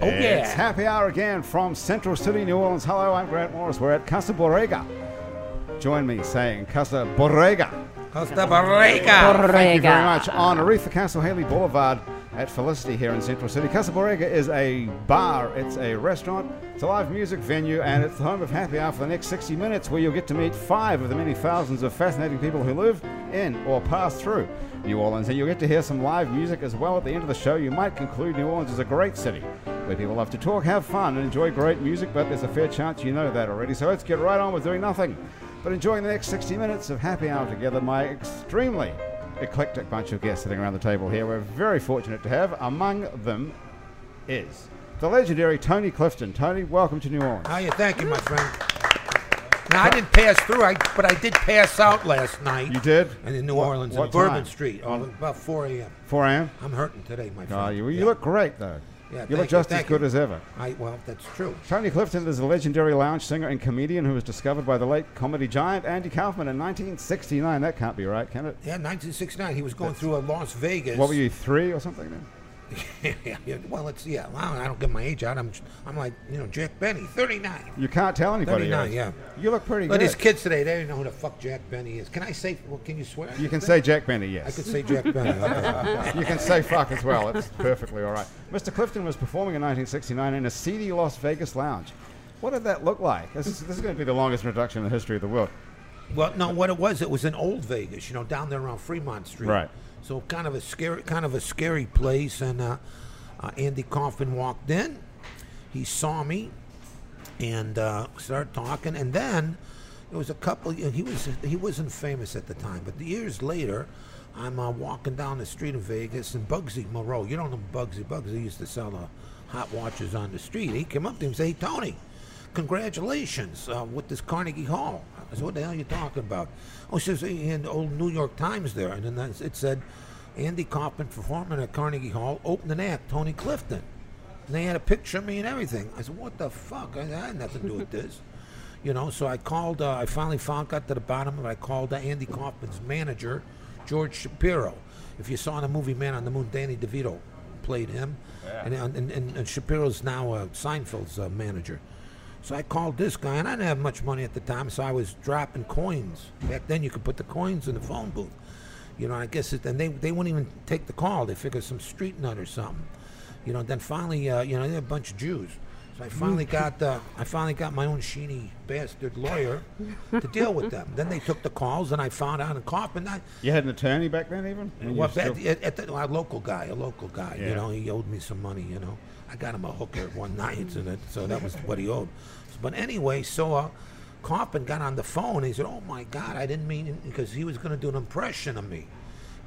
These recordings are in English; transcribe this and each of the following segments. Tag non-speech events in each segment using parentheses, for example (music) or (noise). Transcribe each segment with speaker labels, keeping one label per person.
Speaker 1: Oh,
Speaker 2: It's
Speaker 1: yeah.
Speaker 2: happy hour again from Central City, New Orleans. Hello, I'm Grant Morris. We're at Casa Borrega. Join me saying Casa Borrega.
Speaker 1: Costa Rica.
Speaker 2: Thank you very much. On Aretha Castle Haley Boulevard at Felicity here in Central City. Casa Borrega is a bar, it's a restaurant, it's a live music venue, and it's the home of happy hour for the next 60 minutes where you'll get to meet five of the many thousands of fascinating people who live in or pass through New Orleans. And you'll get to hear some live music as well at the end of the show. You might conclude New Orleans is a great city where people love to talk, have fun, and enjoy great music, but there's a fair chance you know that already. So let's get right on with doing nothing. But enjoying the next 60 minutes of happy hour together, my extremely eclectic bunch of guests sitting around the table here. We're very fortunate to have among them is the legendary Tony Clifton. Tony, welcome to New Orleans.
Speaker 1: How you? Thank you, my friend. Now I didn't pass through, I but I did pass out last night.
Speaker 2: You did?
Speaker 1: And in New
Speaker 2: What-
Speaker 1: Orleans,
Speaker 2: what
Speaker 1: on Bourbon
Speaker 2: time? Oh,
Speaker 1: Street, all about 4 a.m.
Speaker 2: 4 a.m.
Speaker 1: I'm hurting today, my friend.
Speaker 2: Oh, you, you
Speaker 1: Yeah.
Speaker 2: look great though.
Speaker 1: Yeah,
Speaker 2: you
Speaker 1: thank
Speaker 2: look just as
Speaker 1: thank
Speaker 2: good
Speaker 1: you.
Speaker 2: as ever.
Speaker 1: I well, that's true.
Speaker 2: Tony Clifton is a legendary lounge singer and comedian who was discovered by the late comedy giant Andy Kaufman in 1969. That can't be right, can it?
Speaker 1: Yeah, 1969. He was going through a Las Vegas.
Speaker 2: What were you, three or something then?
Speaker 1: (laughs) yeah, yeah, well, it's yeah. Well, I don't get my age out. I'm I'm like you know Jack Benny, 39.
Speaker 2: You can't tell anybody.
Speaker 1: 39,
Speaker 2: else.
Speaker 1: yeah.
Speaker 2: You look pretty
Speaker 1: But
Speaker 2: good.
Speaker 1: these kids today, they don't know who the fuck Jack Benny is. Can I say? Well, can you swear?
Speaker 2: you can say Jack Benny,
Speaker 1: I
Speaker 2: yes.
Speaker 1: could say Jack Benny.
Speaker 2: (laughs)
Speaker 1: okay.
Speaker 2: You can say fuck as well. It's perfectly all right. Mr. Clifton was performing in 1969 in a seedy Las Vegas lounge. What did that look like? This is, this is going to be the longest introduction in the history of the world.
Speaker 1: Well, no, what it was, it was in Old Vegas, you know, down there around Fremont Street.
Speaker 2: Right.
Speaker 1: So kind of a scary, kind of a scary place. And uh, uh, Andy Kaufman walked in. He saw me, and uh, started talking. And then there was a couple. you know, He was he wasn't famous at the time, but years later, I'm uh, walking down the street in Vegas, and Bugsy Moreau. You don't know Bugsy. Bugsy used to sell uh, hot watches on the street. He came up to him and said, "Hey, Tony." Congratulations uh, with this Carnegie Hall. I said, "What the hell are you talking about?" Oh, she says, "In the old New York Times there," and then it said, "Andy Kaufman performing at Carnegie Hall, opening act, Tony Clifton." And they had a picture of me and everything. I said, "What the fuck? I, I had nothing to do with this." (laughs) You know, so I called. Uh, I finally found, got to the bottom of it. I called uh, Andy Kaufman's manager, George Shapiro. If you saw in the movie Man on the Moon, Danny DeVito played him, and, and, and, and Shapiro's now uh, Seinfeld's uh, manager. So I called this guy, and I didn't have much money at the time, so I was dropping coins. Back then, you could put the coins in the phone booth. You know, I guess, it, and they, they wouldn't even take the call. They figured some street nut or something. You know, then finally, uh, you know, they're a bunch of Jews. So I finally got uh, I finally got my own sheeny bastard lawyer to deal with them. Then they took the calls, and I found out in Kaufman. I,
Speaker 2: You had an attorney back then, even? And you
Speaker 1: well, at,
Speaker 2: still-
Speaker 1: at, at the, a local guy, a local guy.
Speaker 2: Yeah.
Speaker 1: You know, he owed me some money. You know, I got him a hooker one night, and it, so that was what he owed. But anyway, so uh, Coppin got on the phone. And he said, "Oh my God, I didn't mean because he was going to do an impression of me."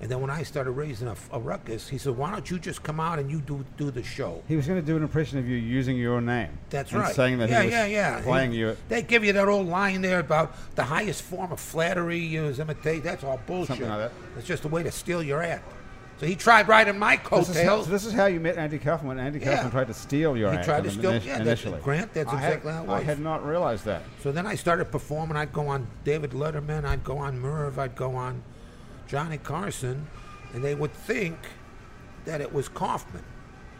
Speaker 1: And then when I started raising a, f- a ruckus, he said, "Why don't you just come out and you do do the show?"
Speaker 2: he was going to do an impression of you using your name.
Speaker 1: That's
Speaker 2: and
Speaker 1: right.
Speaker 2: saying that
Speaker 1: yeah,
Speaker 2: he was
Speaker 1: yeah, yeah.
Speaker 2: playing
Speaker 1: He-
Speaker 2: you at
Speaker 1: They give you that old line there about the highest form of flattery is imitate. That's all bullshit.
Speaker 2: Something like that.
Speaker 1: It's just a way to steal your act. So he tried riding my
Speaker 2: This is, how,
Speaker 1: coattails.
Speaker 2: so this is how you met Andy Kaufman. When Andy
Speaker 1: Yeah.
Speaker 2: Kaufman tried to steal your
Speaker 1: He
Speaker 2: act
Speaker 1: tried to
Speaker 2: in-
Speaker 1: steal-
Speaker 2: init-
Speaker 1: yeah, that-
Speaker 2: initially.
Speaker 1: Grant, that's
Speaker 2: I had-
Speaker 1: exactly how it
Speaker 2: I
Speaker 1: was.
Speaker 2: had not realized that.
Speaker 1: so then I started performing. I'd go on David Letterman. I'd go on Merv. I'd go on Johnny Carson, and they would think that it was Kaufman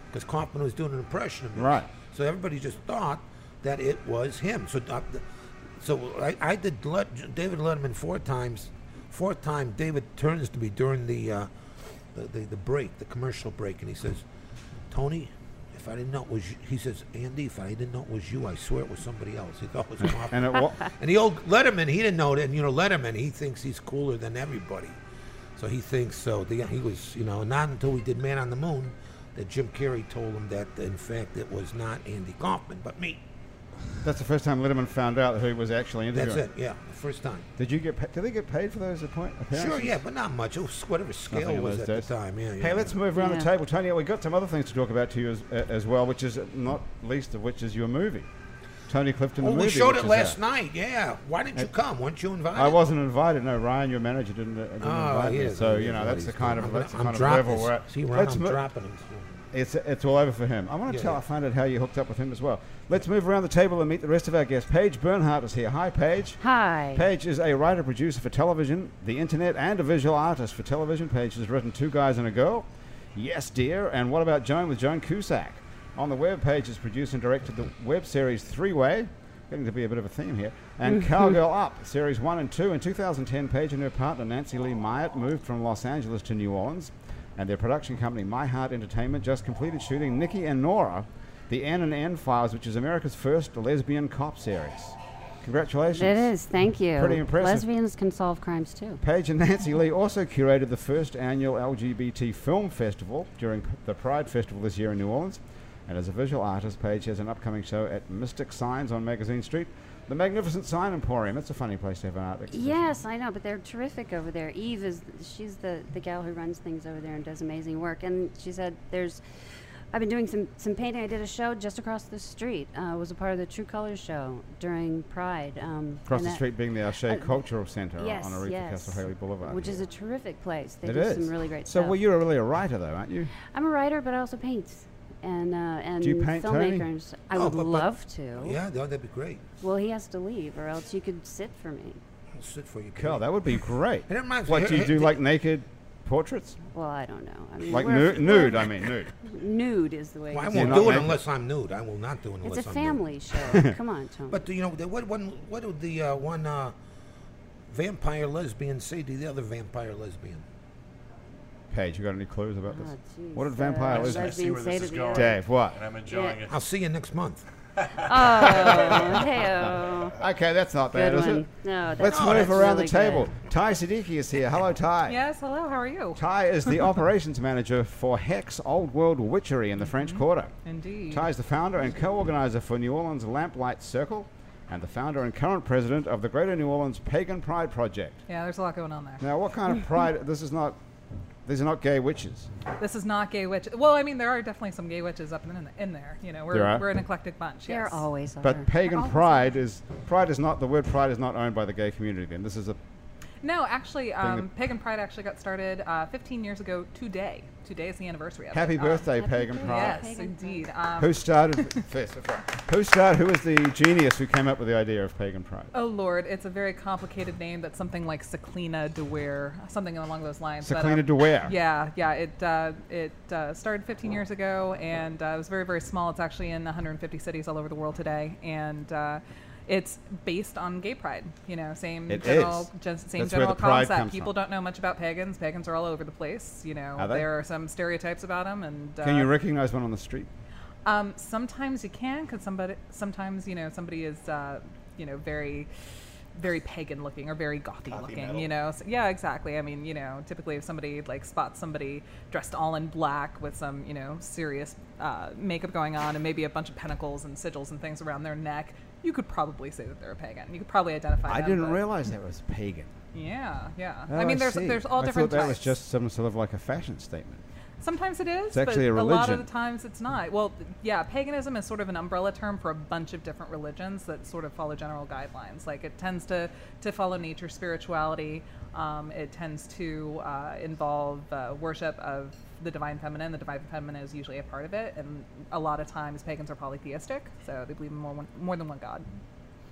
Speaker 1: because Kaufman was doing an impression of me.
Speaker 2: Right.
Speaker 1: So everybody just thought that it was him. So, uh, th- so I, I did Let, David Letterman four times. Fourth time, David turns to me during the, uh, the, the the break, the commercial break, and he says, "Tony, if I didn't know it was," you, he says, "Andy, if I didn't know it was you, I swear it was somebody else." He thought it was Kaufman.
Speaker 2: And
Speaker 1: (laughs)
Speaker 2: it wa-
Speaker 1: And the old Letterman, he didn't know that. And you know, Letterman, he thinks he's cooler than everybody. So he thinks so. The, he was, you know, not until we did Man on the Moon that Jim Carrey told him that, in fact, it was not Andy Kaufman, but me.
Speaker 2: that's the first time Letterman found out who he was actually interviewing.
Speaker 1: That's it, yeah, the first time.
Speaker 2: Did you get? Pa- did they get paid for those appoint- appearances?
Speaker 1: Sure, yeah, but not much. It was whatever scale
Speaker 2: Nothing
Speaker 1: was
Speaker 2: in
Speaker 1: at
Speaker 2: those
Speaker 1: the
Speaker 2: days.
Speaker 1: time. Yeah, yeah,
Speaker 2: Hey, let's
Speaker 1: yeah.
Speaker 2: move around the
Speaker 3: Yeah.
Speaker 2: table, Tony. We've got some other things to talk about to you as, uh, as well, which is not least of which is your movie, Tony Clifton.
Speaker 1: Oh,
Speaker 2: the movie,
Speaker 1: we showed
Speaker 2: which
Speaker 1: it
Speaker 2: is
Speaker 1: last
Speaker 2: out.
Speaker 1: night, yeah. Why didn't you come? Weren't you invited?
Speaker 2: I wasn't invited. No, Ryan, your manager, didn't, uh, didn't
Speaker 1: Oh,
Speaker 2: invite
Speaker 1: he
Speaker 2: me.
Speaker 1: is.
Speaker 2: So you know that's the kind of
Speaker 1: I'm,
Speaker 2: that's the
Speaker 1: I'm
Speaker 2: kind of
Speaker 1: dropping
Speaker 2: level
Speaker 1: this.
Speaker 2: we're at.
Speaker 1: See, Ron, I'm
Speaker 2: mo-
Speaker 1: dropping him.
Speaker 2: it's it's all over for him. I want to
Speaker 1: Yeah,
Speaker 2: tell.
Speaker 1: yeah.
Speaker 2: I find out how you hooked up with him as well. Let's move around the table and meet the rest of our guests. Paige Bernhardt is here. Hi, Paige.
Speaker 3: Hi.
Speaker 2: Page is a writer producer for television, the internet, and a visual artist for television. Page has written Two Guys and a Girl, Yes Dear, and What About Joan with Joan Cusack. on the web page has produced and directed the web series Three Way, getting to be a bit of a theme here, and Cowgirl Up, series one and two. In 2010, Page and her partner Nancy Lee Myatt moved from Los Angeles to New Orleans, and their production company My Heart Entertainment just completed shooting Nikki and Nora, the N and N Files, which is America's first lesbian cop series. Congratulations.
Speaker 3: It is. Thank you.
Speaker 2: Pretty impressive.
Speaker 3: Lesbians can solve crimes too.
Speaker 2: Paige and Nancy Lee also curated the first annual LGBT Film Festival during the Pride Festival this year in New Orleans. And as a visual artist, Paige has an upcoming show at Mystic Signs on Magazine Street, the Magnificent Sign Emporium. That's a funny place to have an art exhibition.
Speaker 3: Yes, I know, but they're terrific over there. Eve is she's the the gal who runs things over there and does amazing work. And she said there's. I've been doing some, some painting. I did a show just across the street. Uh, was a part of the True Colors show during Pride. Um,
Speaker 2: Across
Speaker 3: and
Speaker 2: the
Speaker 3: that-
Speaker 2: street being the O'Shea Cultural Centre
Speaker 3: Yes,
Speaker 2: on Aretha
Speaker 3: yes.
Speaker 2: Castle Haley Boulevard.
Speaker 3: which is a terrific place. They
Speaker 2: It
Speaker 3: do
Speaker 2: is.
Speaker 3: some really great
Speaker 2: so,
Speaker 3: stuff.
Speaker 2: well, you're really a writer, though, aren't you?
Speaker 3: I'm a writer, but I also paint and uh, and
Speaker 2: Do you paint, Tony?
Speaker 3: filmmakers. I
Speaker 1: Oh,
Speaker 3: would
Speaker 1: but- but-
Speaker 3: love to.
Speaker 1: Yeah, no, that'd be great.
Speaker 3: Well, he has to leave, or else you could sit for me.
Speaker 1: I'll sit for you.
Speaker 2: God,
Speaker 1: Pete.
Speaker 2: that would be great.
Speaker 1: It reminds me-
Speaker 2: what do you
Speaker 1: it-
Speaker 2: do?
Speaker 1: it-
Speaker 2: Like naked portraits?
Speaker 3: Well, I don't know. I mean,
Speaker 2: Like
Speaker 3: we're-
Speaker 2: nude? nude I mean, nude.
Speaker 3: (laughs) nude is the way.
Speaker 1: Well, I
Speaker 3: to
Speaker 2: You're
Speaker 1: won't
Speaker 2: not
Speaker 1: do it
Speaker 2: making-
Speaker 1: unless I'm nude. I will not do it
Speaker 3: It's
Speaker 1: unless
Speaker 3: a
Speaker 1: I'm nude.
Speaker 3: family show. Come on, Tony.
Speaker 1: But do you know the- what? One, what did the uh, one uh, vampire lesbian say to the other vampire lesbian?
Speaker 2: Paige, you got any clues about this?
Speaker 3: Oh, jeez,
Speaker 2: what did
Speaker 3: uh,
Speaker 2: vampire
Speaker 3: I
Speaker 2: was
Speaker 4: I
Speaker 3: Lesbian
Speaker 4: see where
Speaker 3: say
Speaker 4: this
Speaker 3: to
Speaker 4: is
Speaker 3: the
Speaker 2: (laughs)
Speaker 4: going.
Speaker 3: other-
Speaker 2: Dave, what?
Speaker 4: And I'm enjoying
Speaker 3: Yeah.
Speaker 4: it.
Speaker 1: I'll see you next month.
Speaker 3: oh, hey-oh.
Speaker 2: Okay, that's not bad,
Speaker 3: Good
Speaker 2: is
Speaker 3: one.
Speaker 2: it?
Speaker 3: No, that-
Speaker 2: Let's
Speaker 3: no,
Speaker 2: move
Speaker 3: that's
Speaker 2: around
Speaker 3: really
Speaker 2: the table.
Speaker 3: good.
Speaker 2: Ty Siddiqui is here. Hello, Ty.
Speaker 5: Yes, hello, how are you?
Speaker 2: Ty is
Speaker 3: (laughs)
Speaker 2: the operations manager for Hex Old World Witchery in the
Speaker 3: Mm-hmm.
Speaker 2: French Quarter.
Speaker 5: Indeed.
Speaker 2: Ty is the founder and co organizer for New Orleans Lamplight Circle and the founder and current president of the Greater New Orleans Pagan Pride Project.
Speaker 5: Yeah, there's a lot going on there.
Speaker 2: Now, what
Speaker 3: (laughs)
Speaker 2: kind of pride? This is not. These are not gay witches.
Speaker 3: Uh,
Speaker 5: This is not gay witch. Well, I mean, there are definitely some gay witches up in, in there. You know, we're,
Speaker 2: There are.
Speaker 5: we're an eclectic bunch.
Speaker 3: There
Speaker 5: yes.
Speaker 3: always are.
Speaker 2: But pagan
Speaker 5: Oh.
Speaker 2: pride is pride is not the word pride is not owned by the gay community. Then this is
Speaker 3: Uh,
Speaker 2: a
Speaker 5: No, actually, um,
Speaker 2: that-
Speaker 5: Pagan Pride actually got started uh, 15 years ago today. Today is the anniversary of
Speaker 2: happy
Speaker 5: it. Um,
Speaker 2: birthday,
Speaker 3: uh, Happy
Speaker 2: pagan
Speaker 3: birthday.
Speaker 2: pride.
Speaker 5: Yes,
Speaker 3: Pagan Pride.
Speaker 5: indeed. Um,
Speaker 2: Who
Speaker 5: (laughs)
Speaker 2: started? first, who started? Who was the genius who came up with the idea of pagan pride?
Speaker 5: Oh Lord, it's a very complicated name. That's something like Seclina DeWare, something along those lines. but,
Speaker 2: Seclina
Speaker 5: um,
Speaker 2: DeWare.
Speaker 5: Yeah, yeah. It uh, it uh, started 15 years ago, and uh, it was very very small. It's actually in 150 cities all over the world today, and. Uh, it's based on gay pride, you know, same
Speaker 2: It
Speaker 5: general,
Speaker 2: is.
Speaker 5: gen- same
Speaker 2: That's where
Speaker 5: general
Speaker 2: the pride
Speaker 5: concept.
Speaker 2: comes
Speaker 5: People
Speaker 2: from.
Speaker 5: don't know much about pagans. Pagans are all over the place, you know.
Speaker 2: Are they?
Speaker 5: There are some stereotypes about them, and uh,
Speaker 2: Can you recognize one on the street?
Speaker 5: um, sometimes you can, because somebody, sometimes you know, somebody is, uh, you know, very, very pagan looking or very gothy looking. You know, so, yeah, exactly. I mean, you know, typically if somebody like spots somebody dressed all in black with some, you know, serious uh, makeup going on and maybe a bunch of pentacles and sigils and things around their neck, you could probably say that they're a pagan. You could probably identify.
Speaker 2: I
Speaker 5: them,
Speaker 2: didn't
Speaker 5: but-
Speaker 2: realize that was pagan.
Speaker 5: Yeah, yeah.
Speaker 2: Oh,
Speaker 5: I mean, there's
Speaker 2: see.
Speaker 5: there's all
Speaker 2: I
Speaker 5: different
Speaker 2: thought that
Speaker 5: types.
Speaker 2: was just some sort of like a fashion statement.
Speaker 5: Sometimes it is.
Speaker 2: It's actually
Speaker 5: but
Speaker 2: a
Speaker 5: lot of
Speaker 2: religion.
Speaker 5: the times it's not. Well, th- yeah, paganism is sort of an umbrella term for a bunch of different religions that sort of follow general guidelines. Like it tends to, to follow nature, spirituality. Um, it tends to uh, involve uh, worship of the divine feminine. The divine feminine is usually a part of it, and a lot of times pagans are polytheistic, so they believe in more, one- more than one god.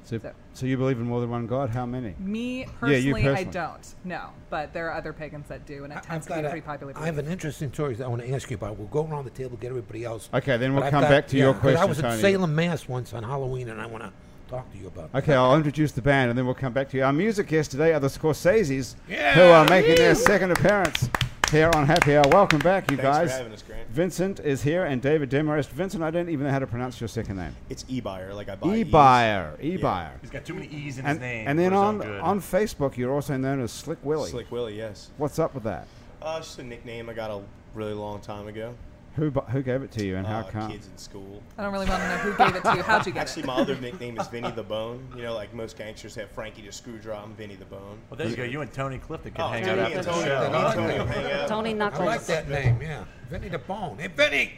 Speaker 2: So,
Speaker 5: So- Mm.
Speaker 2: so you believe in more than one god? How many?
Speaker 5: Me
Speaker 2: Yeah,
Speaker 5: personally,
Speaker 2: you
Speaker 5: I
Speaker 2: personally.
Speaker 5: don't. No, but there are other pagans that do, and it
Speaker 1: I-
Speaker 5: tends to be
Speaker 1: got
Speaker 5: pretty popular.
Speaker 1: I have
Speaker 5: belief.
Speaker 1: an interesting story that I want to ask you about. We'll go around the table, get everybody else.
Speaker 2: Okay, then we'll
Speaker 1: But I've
Speaker 2: come
Speaker 1: got-
Speaker 2: back to your
Speaker 1: yeah, 'cause I
Speaker 2: question,
Speaker 1: was
Speaker 2: Tony.
Speaker 1: at Salem, Mass once on Halloween, and I want to talk to you about.
Speaker 2: Okay, I'll introduce the band and then we'll come back to you. Our music guests today are the Scorseses,
Speaker 1: Yeah!
Speaker 2: who are making their second appearance here on Happy Hour. Welcome back, you
Speaker 6: Thanks
Speaker 2: guys.
Speaker 6: for having us, Grant.
Speaker 2: Vincent is here and David Demarest. Vincent, I don't even know how to pronounce your second name.
Speaker 6: It's eBuyer, like I buy.
Speaker 2: E
Speaker 6: ease.
Speaker 2: buyer, e buyer.
Speaker 4: He's got too many E's in
Speaker 2: And,
Speaker 4: his name.
Speaker 2: and then
Speaker 4: for his own
Speaker 2: on,
Speaker 4: good.
Speaker 2: on Facebook, you're also known as Slick Willie.
Speaker 6: Slick Willie, yes.
Speaker 2: What's up with that?
Speaker 6: Uh, it's just a nickname I got a really long time ago.
Speaker 2: Who, bu- who gave it to you and how
Speaker 6: uh,
Speaker 2: come?
Speaker 6: Kids in school.
Speaker 5: I don't really want to know who gave it to you.
Speaker 1: (laughs)
Speaker 5: How'd you get it?
Speaker 6: Actually, my other nickname is Vinny the Bone. You know, like most gangsters have Frankie the Screwdrop and Vinny the Bone.
Speaker 4: well, there you go. You and Tony Clifton can hang
Speaker 6: Oh, Tony
Speaker 4: out
Speaker 3: Tony
Speaker 4: after
Speaker 6: and
Speaker 4: the
Speaker 6: Tony,
Speaker 4: show.
Speaker 6: Vinny and Tony will hang out.
Speaker 3: Tony
Speaker 1: I like
Speaker 3: Knuckles.
Speaker 1: that name, yeah. Vinny the Bone. Hey, Vinny!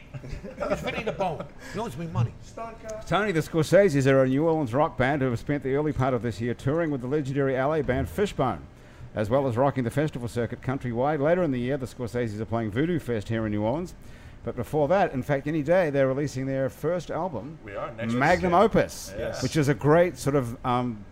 Speaker 1: It's Vinny the Bone. He owes me money.
Speaker 2: Tony the Scorseses are a New Orleans rock band who have spent the early part of this year touring with the legendary LA band Fishbone, as well as rocking the festival circuit countrywide. Later in the year, the Scorseses are playing Voodoo Fest here in New Orleans. But before that, in fact, any day, they're releasing their first album,
Speaker 4: We are next
Speaker 2: Magnum
Speaker 4: week.
Speaker 2: Opus,
Speaker 6: Yes.
Speaker 2: which is a great sort of um,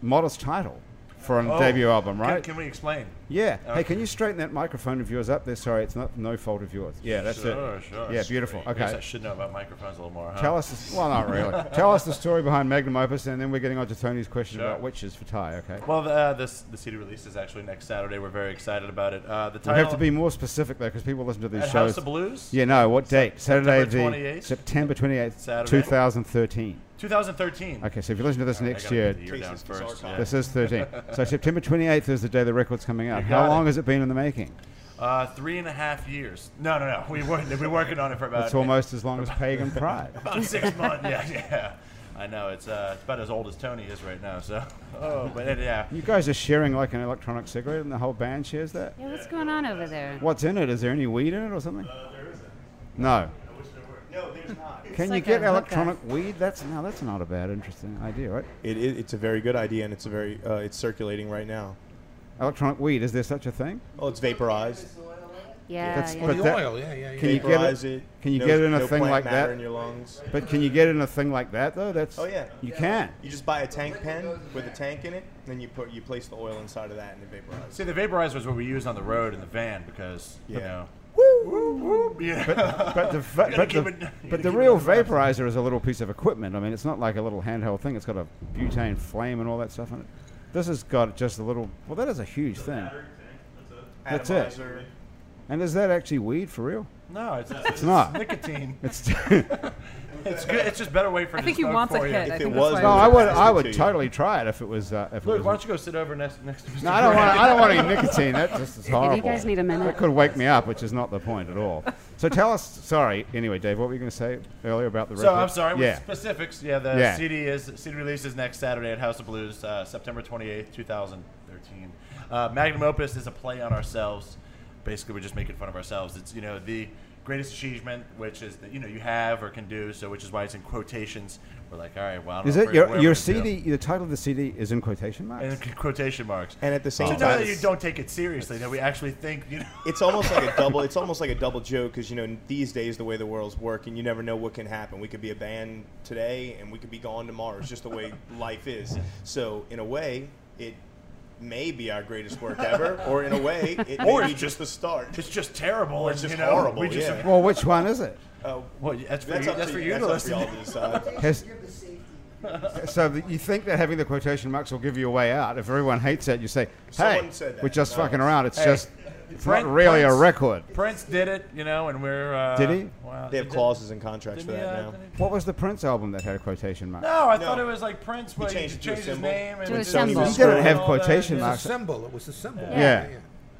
Speaker 2: modest title for a
Speaker 4: Oh,
Speaker 2: debut album,
Speaker 4: can-
Speaker 2: right?
Speaker 4: Can, we explain?
Speaker 2: yeah. Hey,
Speaker 4: Okay.
Speaker 2: can you straighten that microphone of yours up there? Sorry, it's not no fault of yours. Yeah, that's
Speaker 4: sure,
Speaker 2: it.
Speaker 4: Sure,
Speaker 2: yeah,
Speaker 4: sure.
Speaker 2: beautiful.
Speaker 4: I guess I
Speaker 2: Okay.
Speaker 4: should know about microphones a little more. Huh?
Speaker 2: Tell us, the, well, not really. (laughs) Tell us the story behind Magnum Opus, and then we're getting on to Tony's question
Speaker 4: Sure.
Speaker 2: about witches for Ty. Okay.
Speaker 4: Well, the, uh, this the CD release is actually next Saturday. We're very excited about it. Uh, the
Speaker 2: We
Speaker 4: title
Speaker 2: have to be more specific though, because people listen to these
Speaker 4: at
Speaker 2: shows.
Speaker 4: House of Blues.
Speaker 2: Yeah, no. What date? Saturday,
Speaker 4: September
Speaker 2: the
Speaker 4: 28th?
Speaker 2: September twenty eighth,
Speaker 4: Saturday.
Speaker 2: two thousand thirteen.
Speaker 4: 2013.
Speaker 2: Okay, so if you listen to this
Speaker 4: All right, I
Speaker 2: next
Speaker 4: gotta
Speaker 2: year,
Speaker 4: put the year down
Speaker 6: Cases is
Speaker 4: first,
Speaker 6: archived.
Speaker 4: yeah.
Speaker 2: this is thirteen. so September twenty eighth is the day the record's coming out.
Speaker 4: You
Speaker 2: How
Speaker 4: got
Speaker 2: long
Speaker 4: it.
Speaker 2: has it been in the making?
Speaker 4: Uh, three and a half years. No, no, no. We were we were working on it for about
Speaker 2: It's almost as long as Pagan
Speaker 4: (laughs)
Speaker 2: Pride.
Speaker 4: about six months. Yeah, yeah. I know it's uh, it's about as old as Tony is right now. So, (laughs) oh, but it, yeah.
Speaker 2: You guys are sharing like an electronic cigarette, and the whole band shares that.
Speaker 3: Yeah, what's going on over there?
Speaker 2: What's in it? Is there any weed in it or something?
Speaker 6: Uh, there isn't.
Speaker 2: No.
Speaker 6: No, there's not.
Speaker 2: Can you
Speaker 3: like
Speaker 2: get
Speaker 3: a hookup.
Speaker 2: electronic weed? That's now that's not a bad, interesting idea, right?
Speaker 6: It, it, it's a very good idea, and it's a very uh, it's circulating right now.
Speaker 2: Electronic weed. Is there such a thing?
Speaker 6: Oh, it's vaporized.
Speaker 3: Yeah,
Speaker 2: That's-
Speaker 3: yeah.
Speaker 1: Well,
Speaker 2: But
Speaker 1: the
Speaker 2: that-
Speaker 1: oil, yeah, yeah, yeah.
Speaker 2: Can you get it-
Speaker 6: Vaporize it.
Speaker 2: can you
Speaker 6: no,
Speaker 2: get it in a
Speaker 6: no
Speaker 2: thing
Speaker 6: plant
Speaker 2: like
Speaker 6: matter
Speaker 2: that?
Speaker 6: In your lungs.
Speaker 2: But can you get in a thing like that though? That's
Speaker 6: Oh, yeah.
Speaker 2: You can.
Speaker 6: You just buy a tank pen with a tank in it, and then you put you place the oil inside of that, and it vaporizes.
Speaker 4: See, the vaporizer is what we use on the road in the van because you
Speaker 6: Yeah.
Speaker 4: know. Woo, woo, yeah.
Speaker 2: But the va-
Speaker 4: gotta
Speaker 2: but
Speaker 4: keep
Speaker 2: the,
Speaker 4: it- you gotta
Speaker 2: but the
Speaker 4: keep it
Speaker 2: real
Speaker 4: under wraps.
Speaker 2: vaporizer is a little piece of equipment. I mean, it's not like a little handheld thing. It's got a butane flame and all that stuff in it. This has got just a little. Well, that is a huge thing. That's it.
Speaker 6: Atomizer.
Speaker 2: And is that actually weed for real?
Speaker 4: no, it's, it's, it's
Speaker 2: not.
Speaker 4: nicotine.
Speaker 2: (laughs) It's
Speaker 4: It's good. It's just better way for.
Speaker 5: I
Speaker 4: it to
Speaker 5: think he
Speaker 4: smoke
Speaker 5: wants a
Speaker 4: for you.
Speaker 5: hit.
Speaker 6: If
Speaker 5: I
Speaker 6: it
Speaker 5: think
Speaker 6: was,
Speaker 5: that's
Speaker 2: no.
Speaker 5: why
Speaker 2: I would
Speaker 6: Pass it
Speaker 2: I would
Speaker 6: to you.
Speaker 2: totally try it if it was uh, if
Speaker 4: Luke,
Speaker 2: it
Speaker 4: why don't
Speaker 2: was.
Speaker 4: you go sit over next next to Mr.
Speaker 2: No, I don't want I don't want any nicotine. That just is horrible.
Speaker 3: (laughs) you guys need a minute.
Speaker 2: That could wake me up, which is not the point at all. So tell us. Sorry. Anyway, Dave, what were you going to say earlier about the
Speaker 4: So
Speaker 2: record?
Speaker 4: I'm sorry. with
Speaker 2: Yeah.
Speaker 4: Specifics. Yeah. The
Speaker 2: Yeah.
Speaker 4: CD is CD release is next Saturday at House of Blues, uh, September 28th, 2013. Uh, Magnum Opus is a play on ourselves. Basically, we're just making fun of ourselves. It's you know the greatest achievement, which is that you know you have or can do. So which is why it's in quotations. We're like, all right, well, I don't
Speaker 2: Is
Speaker 4: know
Speaker 2: it
Speaker 4: if we're-
Speaker 2: your
Speaker 4: what am I
Speaker 2: your
Speaker 4: gonna do?
Speaker 2: CD? The title of the CD is in quotation marks.
Speaker 4: And in quotation marks.
Speaker 6: And at the same
Speaker 4: So now
Speaker 6: time,
Speaker 4: that you (laughs) don't take it seriously, that we actually think you know. (laughs)
Speaker 6: it's almost like a double. It's almost like a double joke because you know these days the way the world's working, you never know what can happen. We could be a band today, and we could be gone tomorrow. It's just the way life is. So in a way, it may be our greatest work ever, or in a way, it
Speaker 4: Or
Speaker 6: may be
Speaker 4: it's
Speaker 6: just the start.
Speaker 4: It's just terrible.
Speaker 6: Or
Speaker 4: and,
Speaker 6: it's just
Speaker 4: you know,
Speaker 6: horrible,
Speaker 4: We just,
Speaker 6: yeah.
Speaker 2: Well, which one is
Speaker 3: (laughs)
Speaker 2: it?
Speaker 6: Oh,
Speaker 4: (laughs) Well, that's for
Speaker 6: that's
Speaker 4: you.
Speaker 6: up
Speaker 4: That's
Speaker 6: to
Speaker 4: for
Speaker 6: you.
Speaker 4: you to
Speaker 6: That's up
Speaker 4: listen.
Speaker 6: for y'all
Speaker 2: (laughs)
Speaker 6: to decide.
Speaker 2: Has- so that you think that having the quotation marks will give you a way out? If everyone hates it, you say, "Hey,
Speaker 6: Someone said that.
Speaker 2: we're just
Speaker 6: No.
Speaker 2: fucking around. It's
Speaker 4: Hey,
Speaker 2: just it's
Speaker 4: Frank
Speaker 2: not really a
Speaker 4: Prince-
Speaker 2: record."
Speaker 4: Prince did it, you know, and we're. Uh,
Speaker 2: Did he?
Speaker 4: Wow.
Speaker 6: They have
Speaker 4: Did-
Speaker 6: clauses and contracts for
Speaker 4: didn't he,
Speaker 6: that
Speaker 4: uh,
Speaker 6: now.
Speaker 4: didn't he-
Speaker 2: What was the Prince album that had a quotation mark?
Speaker 4: No, I
Speaker 6: No.
Speaker 4: thought it was like Prince, but he
Speaker 6: changed
Speaker 4: changed,
Speaker 6: it to a
Speaker 4: his
Speaker 6: symbol.
Speaker 4: name.
Speaker 3: To a
Speaker 4: and
Speaker 3: symbol.
Speaker 4: Sony
Speaker 3: He
Speaker 2: didn't
Speaker 4: and
Speaker 2: have
Speaker 4: all that,
Speaker 2: quotation
Speaker 4: yeah.
Speaker 1: It's a
Speaker 2: marks.
Speaker 1: symbol. It was a symbol.
Speaker 3: Yeah.
Speaker 2: Yeah.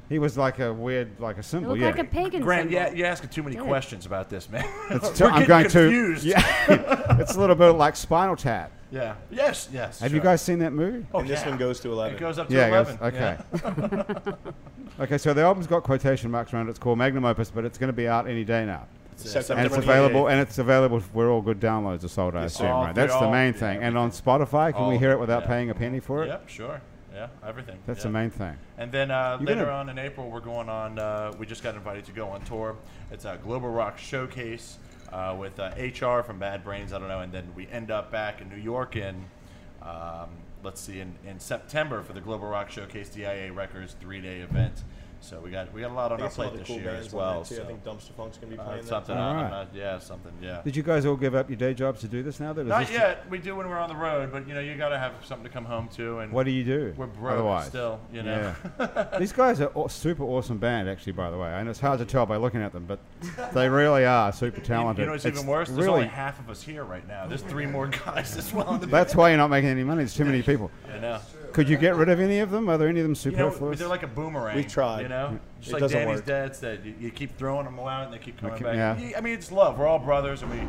Speaker 2: He was like a weird, like a
Speaker 3: It
Speaker 2: symbol.
Speaker 3: looked
Speaker 2: yeah. (laughs)
Speaker 3: like a pagan
Speaker 4: Grant,
Speaker 3: symbol.
Speaker 4: yeah, you're asking too many
Speaker 3: Yeah.
Speaker 4: questions about this, man. (laughs)
Speaker 2: It's
Speaker 4: We're
Speaker 2: too- I'm
Speaker 4: getting
Speaker 2: going
Speaker 4: confused.
Speaker 2: to. (laughs) Yeah. it's a little bit like Spinal Tap.
Speaker 4: yeah. Yes, yes.
Speaker 2: Have you
Speaker 4: sure.
Speaker 2: guys seen that movie?
Speaker 4: Oh,
Speaker 6: and this
Speaker 4: yeah.
Speaker 6: one goes to
Speaker 4: It
Speaker 6: eleven.
Speaker 4: goes up to
Speaker 2: yeah. it
Speaker 4: 11.
Speaker 2: goes- okay. (laughs) okay. So the album's got quotation marks around it. It's called Magnum Opus, but it's going to be out any day now.
Speaker 6: September
Speaker 2: and it's
Speaker 6: 28th.
Speaker 2: available and it's available where all good downloads are sold i assume
Speaker 4: sir.
Speaker 2: right that's the
Speaker 4: All-
Speaker 2: main
Speaker 4: yeah,
Speaker 2: thing and on spotify can we
Speaker 4: All-
Speaker 2: hear it without
Speaker 4: yeah.
Speaker 2: paying a penny for it
Speaker 4: Yep, sure. Yeah, everything.
Speaker 2: that's
Speaker 4: yeah.
Speaker 2: the main thing
Speaker 4: And then uh,
Speaker 2: You're
Speaker 4: later
Speaker 2: gonna-
Speaker 4: on in April, we're going on. Uh, we just got invited to go on tour. It's a Global Rock Showcase uh, with uh, HR from Bad Brains. I don't know. And then we end up back in New York in, um, let's see, in, in September for the Global Rock Showcase DIA Records three day event. So we got we got a lot
Speaker 6: I
Speaker 4: on
Speaker 6: think
Speaker 4: our
Speaker 6: it's some
Speaker 4: plate
Speaker 6: other
Speaker 4: this
Speaker 6: cool
Speaker 4: year
Speaker 6: bands
Speaker 4: as
Speaker 6: on
Speaker 4: well.
Speaker 6: that, too.
Speaker 4: So,
Speaker 6: I think Dumpster Funk's gonna be
Speaker 4: uh,
Speaker 6: playing that.
Speaker 4: something.
Speaker 2: All
Speaker 4: I'm
Speaker 2: right.
Speaker 4: not- yeah, something. Yeah.
Speaker 2: did you guys all give up your day jobs to do this now that is
Speaker 4: Not
Speaker 2: this
Speaker 4: yet. We do when we're on the road, but you know you got to have something to come home to. And
Speaker 2: what do you do
Speaker 4: We're broke
Speaker 2: otherwise
Speaker 4: still, you know. (laughs)
Speaker 2: yeah. these guys are aw- super awesome band actually by the way and it's hard to tell by looking at them but they really are super talented
Speaker 4: You know what's
Speaker 2: It's
Speaker 4: even worse? There's only
Speaker 2: really
Speaker 4: half of us here right now. There's three more guys as well. In the
Speaker 2: that's why you're not making any money there's too many people
Speaker 4: I know.
Speaker 2: could you get rid of any of them are there any of them
Speaker 4: You know,
Speaker 2: superfluous
Speaker 4: they're like a boomerang.
Speaker 6: We've tried.
Speaker 4: You know, just
Speaker 6: It
Speaker 4: like
Speaker 6: doesn't
Speaker 4: Danny's
Speaker 6: work.
Speaker 4: dad said, you, you keep throwing them out and they keep coming
Speaker 2: Okay,
Speaker 4: back.
Speaker 2: yeah.
Speaker 4: You- I mean, it's love. We're all brothers, and we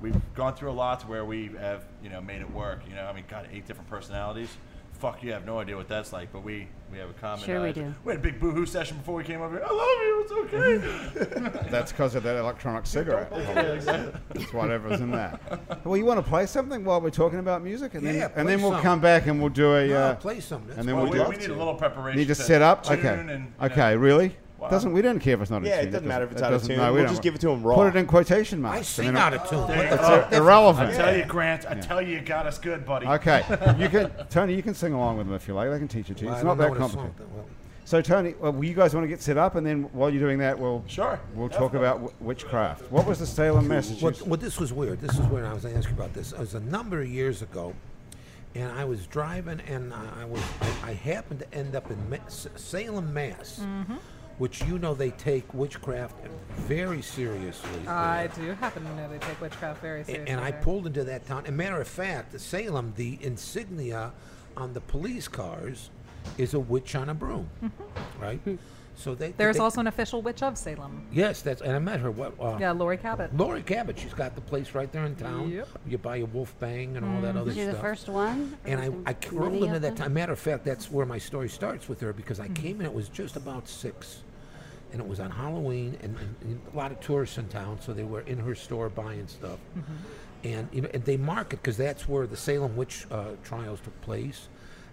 Speaker 4: we've gone through a lot to where we have you know made it work. You know, I mean, God, eight different personalities. Fuck, you have no idea what that's like, but we we have a common.
Speaker 3: Sure we
Speaker 4: uh,
Speaker 3: do.
Speaker 4: We had a big boohoo session before we came over here. I love you. It's okay.
Speaker 2: That's because of that electronic cigarette. (laughs) It's whatever's in that. Well, you want to play something while we're talking about music, and
Speaker 1: Yeah,
Speaker 2: then
Speaker 1: play
Speaker 2: and then we'll
Speaker 1: some.
Speaker 2: come back and we'll do a.
Speaker 1: No,
Speaker 2: uh,
Speaker 1: play some. That's
Speaker 2: and (laughs) then
Speaker 4: Well,
Speaker 2: we'll
Speaker 4: we,
Speaker 2: do.
Speaker 4: we need a little preparation.
Speaker 2: Need to set up.
Speaker 4: tune
Speaker 2: Okay.
Speaker 4: And, you know,
Speaker 2: okay. Really?
Speaker 4: Wow.
Speaker 2: Doesn't we don't care if it's not
Speaker 6: Yeah, it
Speaker 2: attuned.
Speaker 6: doesn't
Speaker 2: That
Speaker 6: matter if it's
Speaker 2: that
Speaker 6: out of
Speaker 2: doesn't-
Speaker 6: tune.
Speaker 2: no, we
Speaker 6: We'll
Speaker 2: don't
Speaker 6: just
Speaker 2: want-
Speaker 6: give it to 'em raw.
Speaker 2: Put it in quotation
Speaker 1: I
Speaker 2: marks. and
Speaker 1: sing
Speaker 2: then
Speaker 1: out of tune.
Speaker 4: There you
Speaker 1: What the
Speaker 4: go.
Speaker 1: fuck?
Speaker 2: it's irrelevant.
Speaker 4: oh, I tell you, Grant. I tell you, you got us good, buddy.
Speaker 2: Okay, (laughs) you can Tony. You can sing along with them if you like. They can teach it to you.
Speaker 1: Well,
Speaker 2: It's
Speaker 1: I
Speaker 2: not
Speaker 1: don't
Speaker 2: that
Speaker 1: know what a song-
Speaker 2: complicated.
Speaker 1: well,
Speaker 2: So Tony, well, you guys want to get set up, and then while you're doing that, we'll
Speaker 4: Sure,
Speaker 2: We'll talk about w- witchcraft. What was the Salem, Massachusetts?
Speaker 1: Well, well, this was weird. This is weird. I was going to ask you about this. It was a number of years ago, and I was driving, and I I was I, I happened to end up in Ma- S- Salem, Mass,
Speaker 5: Mm-hmm.
Speaker 1: which you know they take witchcraft very seriously.
Speaker 5: I
Speaker 1: there.
Speaker 5: do happen to know they take witchcraft very
Speaker 1: A-
Speaker 5: seriously.
Speaker 1: and I
Speaker 5: there.
Speaker 1: pulled into that town. And matter of fact, Salem, the insignia on the police cars is a witch on a broom, right? So they
Speaker 5: Mm-hmm. Hmm. There's
Speaker 1: they-
Speaker 5: also an official witch of Salem.
Speaker 1: yes, that's and I met her. What? Uh,
Speaker 5: Yeah, Lori Cabot.
Speaker 1: Lori Cabot, she's got the place right there in town.
Speaker 5: Yep.
Speaker 1: You buy a wolf bang and all that other
Speaker 3: Was she
Speaker 1: stuff.
Speaker 3: the first one?
Speaker 1: and
Speaker 3: Or
Speaker 1: I,
Speaker 3: was
Speaker 1: I
Speaker 3: there
Speaker 1: rolled
Speaker 3: many
Speaker 1: into
Speaker 3: of
Speaker 1: that
Speaker 3: them?
Speaker 1: time. Matter of fact, that's where my story starts with her because I came in, it was just about six. And it was on Halloween, and, and- and a lot of tourists in town, so they were in her store buying stuff. And, you know, and they market because that's where the Salem witch uh, trials took place.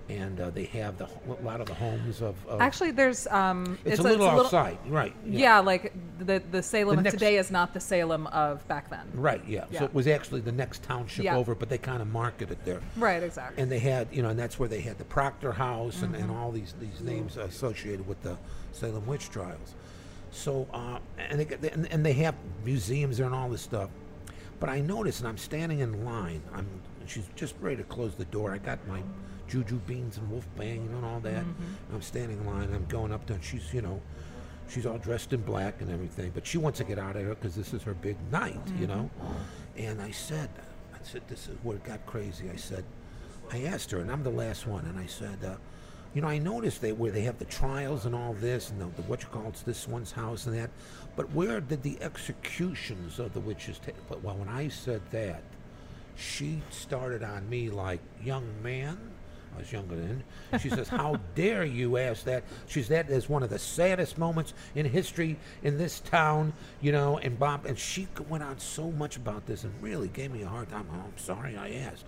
Speaker 1: And uh, they have the, ho- a lot of the homes of. of
Speaker 5: Actually, there's um,
Speaker 1: it's, a little outside, right.
Speaker 5: Yeah. like the the Salem
Speaker 1: The
Speaker 5: of
Speaker 1: next-
Speaker 5: today is not the Salem of back then.
Speaker 1: Right, yeah. So
Speaker 5: Yeah.
Speaker 1: it was actually the next township
Speaker 5: Yeah.
Speaker 1: over, but they kind of marketed there.
Speaker 5: Right, exactly.
Speaker 1: and they had you know and that's where they had the proctor house and, and all these these names associated with the salem witch trials so uh, and, they, got- and, and they have museums there and all this stuff but i noticed and i'm standing in line i'm she's just ready to close the door i got my juju beans and wolf bang and all that i'm standing in line i'm going up to and she's you know she's all dressed in black and everything but she wants to get out of here because this is her big night you know and i said i said this is where it got crazy i said I asked her, and I'm the last one, and I said, uh, you know, I noticed they where they have the trials and all this, and the, the what you call it's this one's house and that, but where did the executions of the witches take? But well, when I said that, she started on me like, young man. I was younger then. She says, "How dare you ask that?" She's that is one of the saddest moments in history in this town, you know. And Bob and she went on so much about this and really gave me a hard time. Oh, I'm sorry I asked.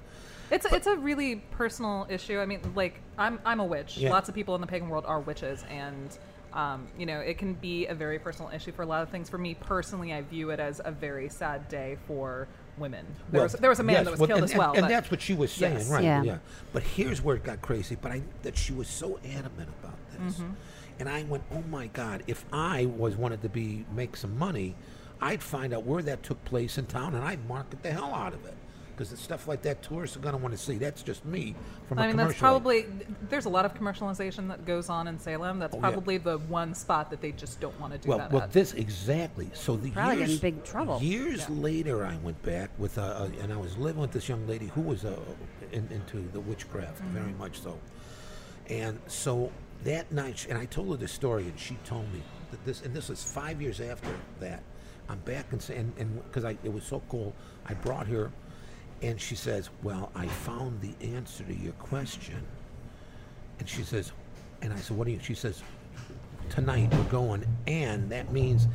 Speaker 5: It's it's a really personal issue. I mean, like I'm I'm a witch.
Speaker 1: Yeah.
Speaker 5: Lots of people in the pagan world are witches, and um, you know it can be a very personal issue for a lot of things. For me personally, I view it as a very sad day for women. There was there was a man
Speaker 1: yes,
Speaker 5: that was
Speaker 1: well,
Speaker 5: killed
Speaker 1: and,
Speaker 5: as
Speaker 1: and-
Speaker 5: well.
Speaker 1: and,
Speaker 5: but-
Speaker 1: that's what she was saying,
Speaker 5: Yes.
Speaker 1: right? Yeah.
Speaker 3: Yeah.
Speaker 1: But here's where it got crazy. But I that she was so adamant about this,
Speaker 5: Mm-hmm.
Speaker 1: and I went, "Oh my God! If I was wanted to be make some money, I'd find out where that took place in town, and I'd market the hell out of it." Because it's stuff like that tourists are going to want to see. That's just me from a
Speaker 5: I mean,
Speaker 1: commercial.
Speaker 5: that's probably there's a lot of commercialization that goes on in Salem. That's
Speaker 1: Oh, yeah.
Speaker 5: probably the one spot that they just don't want to do
Speaker 1: well,
Speaker 5: that.
Speaker 1: well,
Speaker 5: at.
Speaker 1: this exactly. So the
Speaker 3: Probably get in
Speaker 1: years,
Speaker 3: big trouble.
Speaker 1: Years later, I went back with a, a, and I was living with this young lady who was uh in, into the witchcraft
Speaker 3: Mm-hmm.
Speaker 1: very much so, and so that night, she, and I told her the story, and she told me that this, and this was five years after that. I'm back and say- and and because I it was so cool, I brought her, and she says, "Well, I found the answer to your question." And she says, and I said, what do you? She says, tonight we're going, and that means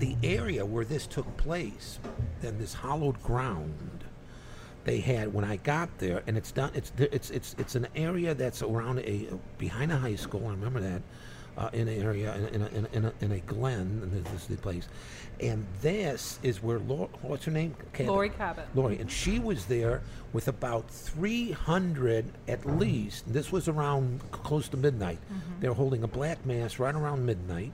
Speaker 1: the area where this took place, then this hollowed ground they had when I got there, and it's done. It's th- it's it's it's an area that's around a behind a high school. I remember that. Uh, in an area, in, in, a, in, a, in, a, in a glen, and this this is the place, and this is where Lori, what's her name? Cabot.
Speaker 5: Lori Cabot.
Speaker 1: Lori, and she was there with about 300 at least. This was around c- close to midnight. They were holding a black mass right around midnight.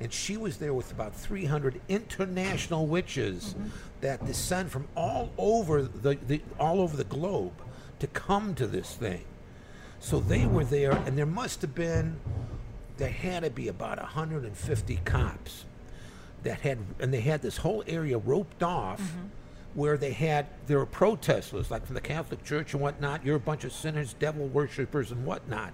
Speaker 1: And she was there with about 300 international witches that descend from all over the, the all over the globe to come to this thing. So they were there, and there must have been, there had to be about 150 cops that had, and they had this whole area roped off
Speaker 5: Mm-hmm.
Speaker 1: where they had, there were protesters, like from the Catholic Church and whatnot. You're a bunch of sinners, devil worshippers, and whatnot.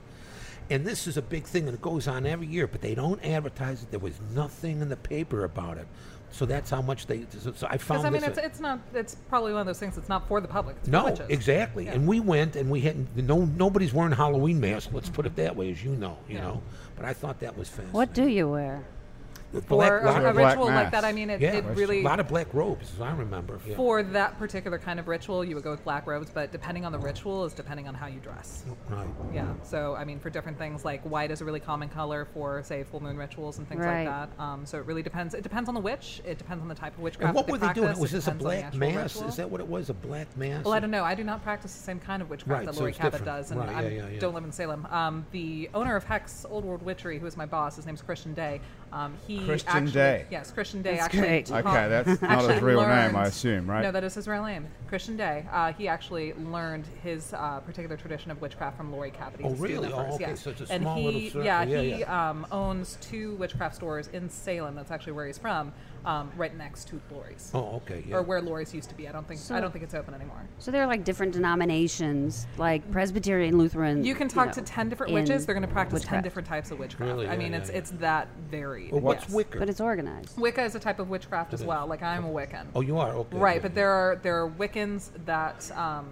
Speaker 1: And this is a big thing, and it goes on every year, but they don't advertise it. There was nothing in the paper about it. So that's how much they, so so I found
Speaker 5: because I mean,
Speaker 1: this
Speaker 5: it's, it's not. It's probably one of those things that's not for the public. It's for
Speaker 1: no,
Speaker 5: witches.
Speaker 1: exactly. And we went, and we had no nobody's wearing Halloween masks. Let's put it that way, as you know, you
Speaker 5: Yeah.
Speaker 1: know. But I thought that was fascinating.
Speaker 3: What do you wear?
Speaker 1: With
Speaker 5: for
Speaker 1: black
Speaker 5: a,
Speaker 1: robes.
Speaker 5: a
Speaker 2: Black
Speaker 5: ritual like
Speaker 2: mass.
Speaker 5: that. I mean, it,
Speaker 1: yeah,
Speaker 5: it really
Speaker 1: a lot of black robes, as I remember. Yeah.
Speaker 5: for that particular kind of ritual, you would go with black robes. But depending on the ritual, is depending on how you dress.
Speaker 1: Right.
Speaker 5: Yeah. So I mean, for different things like white is a really common color for say full moon rituals and things
Speaker 3: Right.
Speaker 5: like that. Um, so it really depends. It depends on the witch. It depends on the type of witchcraft.
Speaker 1: And what
Speaker 5: that
Speaker 1: were
Speaker 5: they
Speaker 1: they doing?
Speaker 5: practice,
Speaker 1: Was
Speaker 5: it
Speaker 1: this a
Speaker 5: depends on the
Speaker 1: black
Speaker 5: actual
Speaker 1: mass?
Speaker 5: ritual.
Speaker 1: Is that what it was? A black mass?
Speaker 5: Well, I don't know. I do not practice the same kind of witchcraft
Speaker 1: Right,
Speaker 5: that
Speaker 1: so
Speaker 5: Lori
Speaker 1: it's
Speaker 5: Cabot
Speaker 1: different.
Speaker 5: does, and
Speaker 1: Right,
Speaker 5: I
Speaker 1: yeah, yeah, yeah.
Speaker 5: don't live in Salem. Um, the owner of Hex Old World Witchery, who is my boss, his name's Christian Day. Um, he
Speaker 2: Christian
Speaker 5: actually-
Speaker 2: Day.
Speaker 5: Yes, Christian Day.
Speaker 3: That's
Speaker 5: actually
Speaker 3: great.
Speaker 5: taught-
Speaker 2: Okay, that's not his
Speaker 5: actually
Speaker 2: real name,
Speaker 5: learned-
Speaker 2: I assume, right?
Speaker 5: No, that is his real name, Christian Day. Uh, he actually learned his uh, particular tradition of witchcraft from Lori Cabot. He's
Speaker 1: Oh,
Speaker 5: a student
Speaker 1: really?
Speaker 5: of
Speaker 1: Oh,
Speaker 5: hers,
Speaker 1: okay,
Speaker 5: yeah.
Speaker 1: so it's a
Speaker 5: and
Speaker 1: small
Speaker 5: he,
Speaker 1: little circle,
Speaker 5: Yeah,
Speaker 1: yeah,
Speaker 5: he
Speaker 1: yeah.
Speaker 5: Um, owns two witchcraft stores in Salem. That's actually where he's from, um, right next to Lori's.
Speaker 1: Oh, okay. Yeah.
Speaker 5: Or where Lori's used to be. I don't think I don't think it's open anymore.
Speaker 3: So there are like different denominations, like Presbyterian, Lutheran.
Speaker 5: You can talk to
Speaker 3: know,
Speaker 5: ten different
Speaker 3: in
Speaker 5: witches. They're going to practice ten
Speaker 3: witchcraft.
Speaker 5: different types of witchcraft.
Speaker 1: Really?
Speaker 5: I
Speaker 1: Yeah,
Speaker 5: mean,
Speaker 1: yeah,
Speaker 5: it's
Speaker 1: yeah.
Speaker 5: it's that varied.
Speaker 1: Well, what's
Speaker 5: yes.
Speaker 1: Wicker?
Speaker 3: But it's organized.
Speaker 5: Wicca is a type of witchcraft as
Speaker 1: is.
Speaker 5: well. Like I'm a Wiccan.
Speaker 1: oh, you are? Okay.
Speaker 5: right,
Speaker 1: yeah.
Speaker 5: but there are there are Wiccans that um,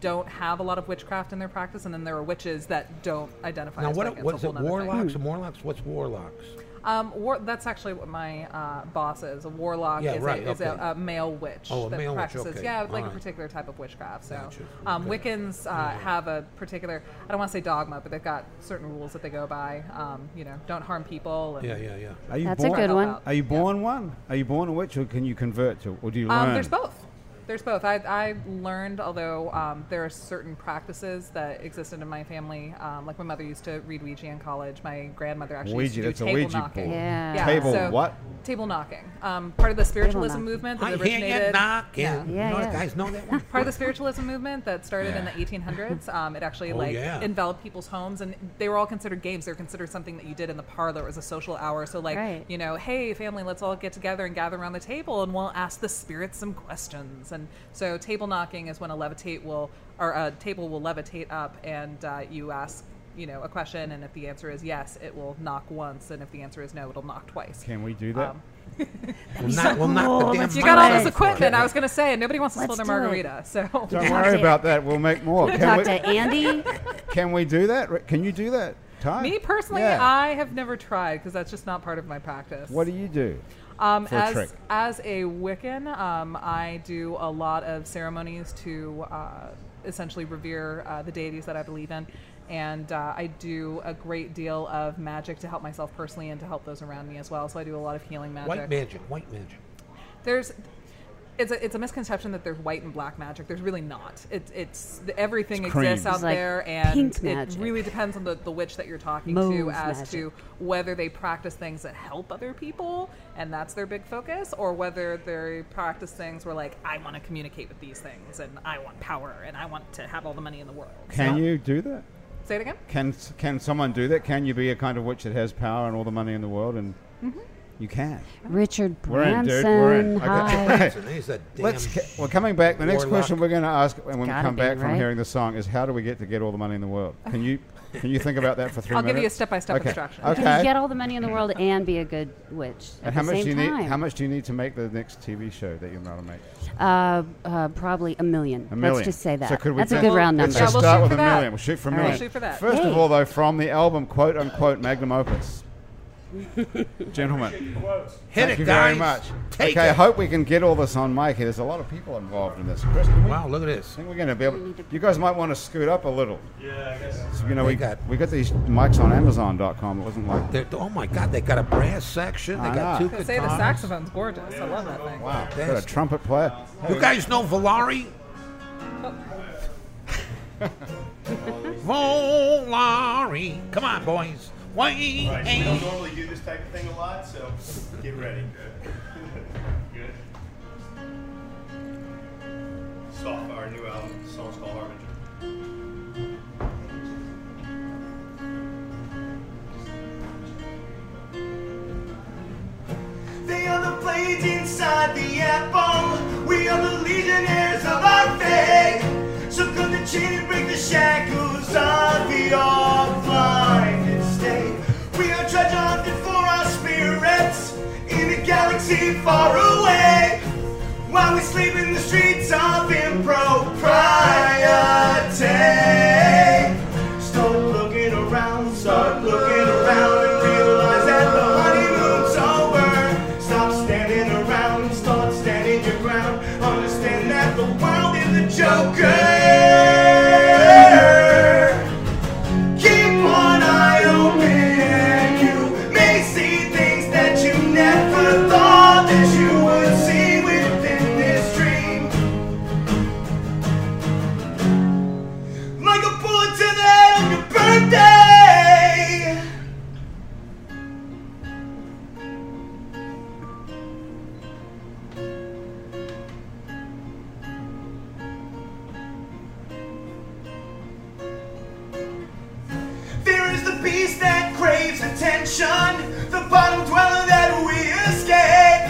Speaker 5: don't have a lot of witchcraft in their practice, and then there are witches that don't identify.
Speaker 1: Now,
Speaker 5: as
Speaker 1: what,
Speaker 5: Wiccans,
Speaker 1: what
Speaker 5: a
Speaker 1: is
Speaker 5: whole
Speaker 1: it?
Speaker 5: nother thing.
Speaker 1: Warlocks? Warlocks? What's warlocks?
Speaker 5: Um, war, that's actually what my uh, boss is. A warlock
Speaker 1: Yeah,
Speaker 5: is,
Speaker 1: right,
Speaker 5: a, is
Speaker 1: okay.
Speaker 5: a, a male witch
Speaker 1: Oh, a
Speaker 5: that
Speaker 1: male witch,
Speaker 5: practices,
Speaker 1: okay,
Speaker 5: yeah, like
Speaker 1: alright.
Speaker 5: a particular type of witchcraft. So
Speaker 1: Gotcha,
Speaker 5: um,
Speaker 1: okay.
Speaker 5: Wiccans uh, have a particular, I don't want to say dogma, but they've got certain rules that they go by. Um, you know, don't harm people. And
Speaker 1: Yeah, yeah, yeah.
Speaker 2: Are you
Speaker 3: That's a
Speaker 2: born,
Speaker 3: good one.
Speaker 5: About-
Speaker 2: Are you born one? Are you born a witch, or can you convert to, or do you learn?
Speaker 5: Um, there's both. There's both. I, I learned, although um, there are certain practices that existed in my family. Um, like my mother used to read Ouija in college. My grandmother actually
Speaker 2: Ouija,
Speaker 5: used
Speaker 2: that's
Speaker 5: to
Speaker 2: a
Speaker 5: do table
Speaker 2: Ouija
Speaker 5: knocking.
Speaker 2: board.
Speaker 3: Yeah.
Speaker 2: Table what?
Speaker 5: Table knocking. Um, part of the spiritualism
Speaker 3: knocking.
Speaker 5: movement that
Speaker 1: I hear you
Speaker 5: originated.
Speaker 1: knocking.
Speaker 5: Yeah.
Speaker 1: You
Speaker 3: Yeah,
Speaker 1: know,
Speaker 3: yeah.
Speaker 1: guys know that
Speaker 5: (laughs)
Speaker 1: one.
Speaker 5: Part of the spiritualism movement that started in
Speaker 2: Yeah.
Speaker 5: the 1800s. Um, it actually
Speaker 1: Oh,
Speaker 5: like
Speaker 1: yeah.
Speaker 5: enveloped people's homes, and they were all considered games. They were considered something that you did in the parlor. It was a social hour. So like,
Speaker 3: Right.
Speaker 5: you know, hey family, let's all get together and gather around the table, and we'll ask the spirits some questions. And so table knocking is when a levitate will or a table will levitate up, and uh, you ask. You know, a question, and if the answer is yes, it will knock once, and if the answer is no, it'll knock twice.
Speaker 2: Can we do that?
Speaker 5: Um,
Speaker 1: We'll knock, we'll knock the damn
Speaker 5: You got all
Speaker 1: mic
Speaker 5: this
Speaker 1: off for
Speaker 5: equipment.
Speaker 1: it.
Speaker 5: I was going to say, and nobody wants to spill
Speaker 3: Let's
Speaker 5: their
Speaker 3: do it.
Speaker 5: margarita. So
Speaker 2: Don't
Speaker 3: Talk
Speaker 2: worry
Speaker 3: to-
Speaker 2: about that. We'll make more. Can
Speaker 3: Talk
Speaker 2: we,
Speaker 3: to Andy.
Speaker 2: can we do that? Ri- Can you do that, Ty?
Speaker 5: (laughs) Me personally,
Speaker 2: Yeah.
Speaker 5: I have never tried because that's just not part of my practice.
Speaker 3: uh,
Speaker 2: What do you do?
Speaker 5: um,
Speaker 2: for a
Speaker 5: as
Speaker 2: trick?
Speaker 5: as a Wiccan, um, I do a lot of ceremonies to uh, essentially revere uh, the deities that I believe in, and uh, I do a great deal of magic to help myself personally and to help those around me as well. So I do a lot of healing magic.
Speaker 1: White magic. White magic.
Speaker 5: There's it's a, it's a misconception that there's white and black magic. There's really not. It, it's everything
Speaker 2: It's cream.
Speaker 5: exists out
Speaker 3: It's like
Speaker 5: there, and
Speaker 3: pink
Speaker 5: it
Speaker 3: magic.
Speaker 5: really depends on the, the witch that you're talking to
Speaker 3: Mauve
Speaker 5: as
Speaker 3: magic.
Speaker 5: to whether they practice things that help other people, and that's their big focus, or whether they practice things where like I want to communicate with these things, and I want power, and I want to have all the money in the world.
Speaker 2: Can
Speaker 5: So-
Speaker 2: you do that?
Speaker 5: say it again?
Speaker 2: Can s- can someone do that? Can you be a kind of witch that has power and all the money in the world? And
Speaker 3: Mm-hmm.
Speaker 2: you can.
Speaker 3: (laughs) Richard
Speaker 2: We're in,
Speaker 3: Branson.
Speaker 2: dude. We're in.
Speaker 3: Hi.
Speaker 2: Okay. (laughs)
Speaker 1: Listen, he's a damn.
Speaker 2: Let's. ca- Well, coming back, the next
Speaker 1: warlock.
Speaker 2: question we're going to ask when we
Speaker 3: Gotta
Speaker 2: come
Speaker 3: be,
Speaker 2: back from
Speaker 3: right?
Speaker 2: hearing the song is how do we get to get all the money in the world? Can you can you think about that for
Speaker 3: (laughs)
Speaker 2: three
Speaker 5: I'll
Speaker 2: minutes?
Speaker 5: give you a step-by-step
Speaker 2: okay.
Speaker 5: instruction.
Speaker 2: Okay.
Speaker 3: Can you get all the money in the world and be a good witch at
Speaker 2: and how
Speaker 3: the
Speaker 2: much
Speaker 3: same
Speaker 2: do you
Speaker 3: time?
Speaker 2: need? How much do you need to make the next TV show that you're going to make?
Speaker 3: Uh, uh, probably a million.
Speaker 2: A million.
Speaker 3: Let's just say that.
Speaker 2: So could we
Speaker 3: That's a
Speaker 2: do-
Speaker 3: good round
Speaker 2: Let's
Speaker 3: number.
Speaker 2: just
Speaker 5: Yeah, we'll
Speaker 2: start
Speaker 5: shoot
Speaker 2: with
Speaker 5: for
Speaker 2: a
Speaker 5: that.
Speaker 2: million. We'll shoot for a
Speaker 3: All right.
Speaker 2: million.
Speaker 5: We'll shoot for that.
Speaker 2: First of
Speaker 3: Yay.
Speaker 2: all, though, from the album "Quote Unquote" Magnum Opus, gentlemen.
Speaker 1: Hit
Speaker 2: Thank
Speaker 1: it,
Speaker 2: you
Speaker 1: guys.
Speaker 2: very much.
Speaker 1: Take
Speaker 2: okay, I
Speaker 1: it.
Speaker 2: hope we can get all this on mic. here. There's a lot of people involved in this. Chris, can we,
Speaker 1: Wow, look at this.
Speaker 2: I think we're going to be able. You guys might want to scoot up a little.
Speaker 4: Yeah, I guess.
Speaker 2: So, you know,
Speaker 1: They
Speaker 2: we
Speaker 1: got-
Speaker 2: we got these mics on Amazon.com. It wasn't like
Speaker 1: They're, oh my God! They got a brass section. They
Speaker 2: I
Speaker 1: got
Speaker 2: know.
Speaker 1: two
Speaker 5: Say the
Speaker 1: guitars.
Speaker 5: saxophone's gorgeous. I love that thing.
Speaker 2: wow,
Speaker 1: That's-
Speaker 2: got a trumpet player.
Speaker 1: You guys know
Speaker 2: (laughs)
Speaker 1: Valari? Volari. Come on, boys. Wait.
Speaker 4: Right, so we don't normally do this type of thing a lot, so get ready. Good. Soft, our new album, the song's called Harbinger.
Speaker 7: They are the blades inside the apple. We are the legionnaires of our faith. So cut the chain and break the shackles of the all-blinded state. We are treasure hunted for our spirits in a galaxy far away. While we sleep in the streets of impropriety. Start looking around, start looking around and realize that the honeymoon's over. Joker. Keep one eye open, and you may see things that you never thought that you would see within this dream. Like a bullet to the head on your birthday. Fear is the beast that craves attention, the bottom dweller that we escape.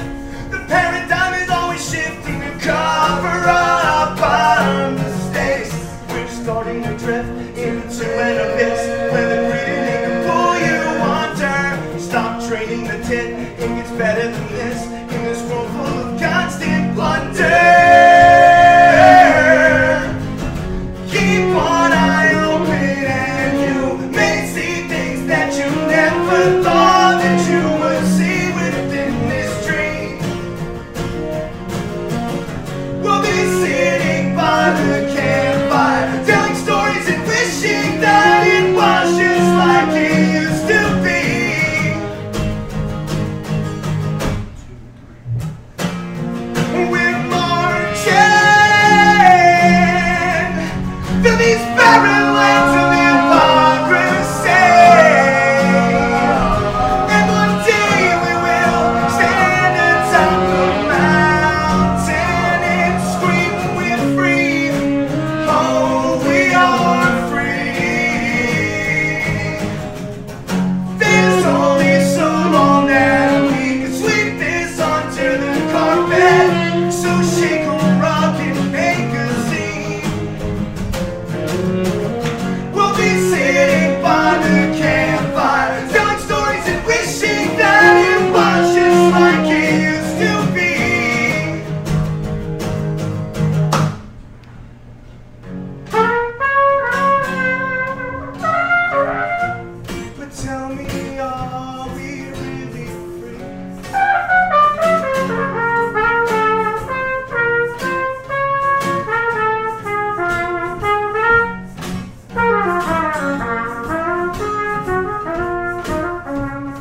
Speaker 7: The paradigm is always shifting to cover up our mistakes. We're starting to drift into an abyss where the greedy they can pull you under. Stop trading the tit, it gets better than this in this world full of constant blunder. Keep one eye open and you may see things that you never thought that you would see within this dream. We'll be sitting by the campfire, telling stories and wishing that it was just like it used to be. We're marching through these barren lands of hypocrisy. And one day we will stand atop the mountain and scream, "We're free! Oh, we are free!" There's only so long that we can sweep this onto the carpet. So shake a rock and make a scene. We'll be sitting by the campfire, telling stories and wishing that it was just like it used to be. But tell me, are we really free?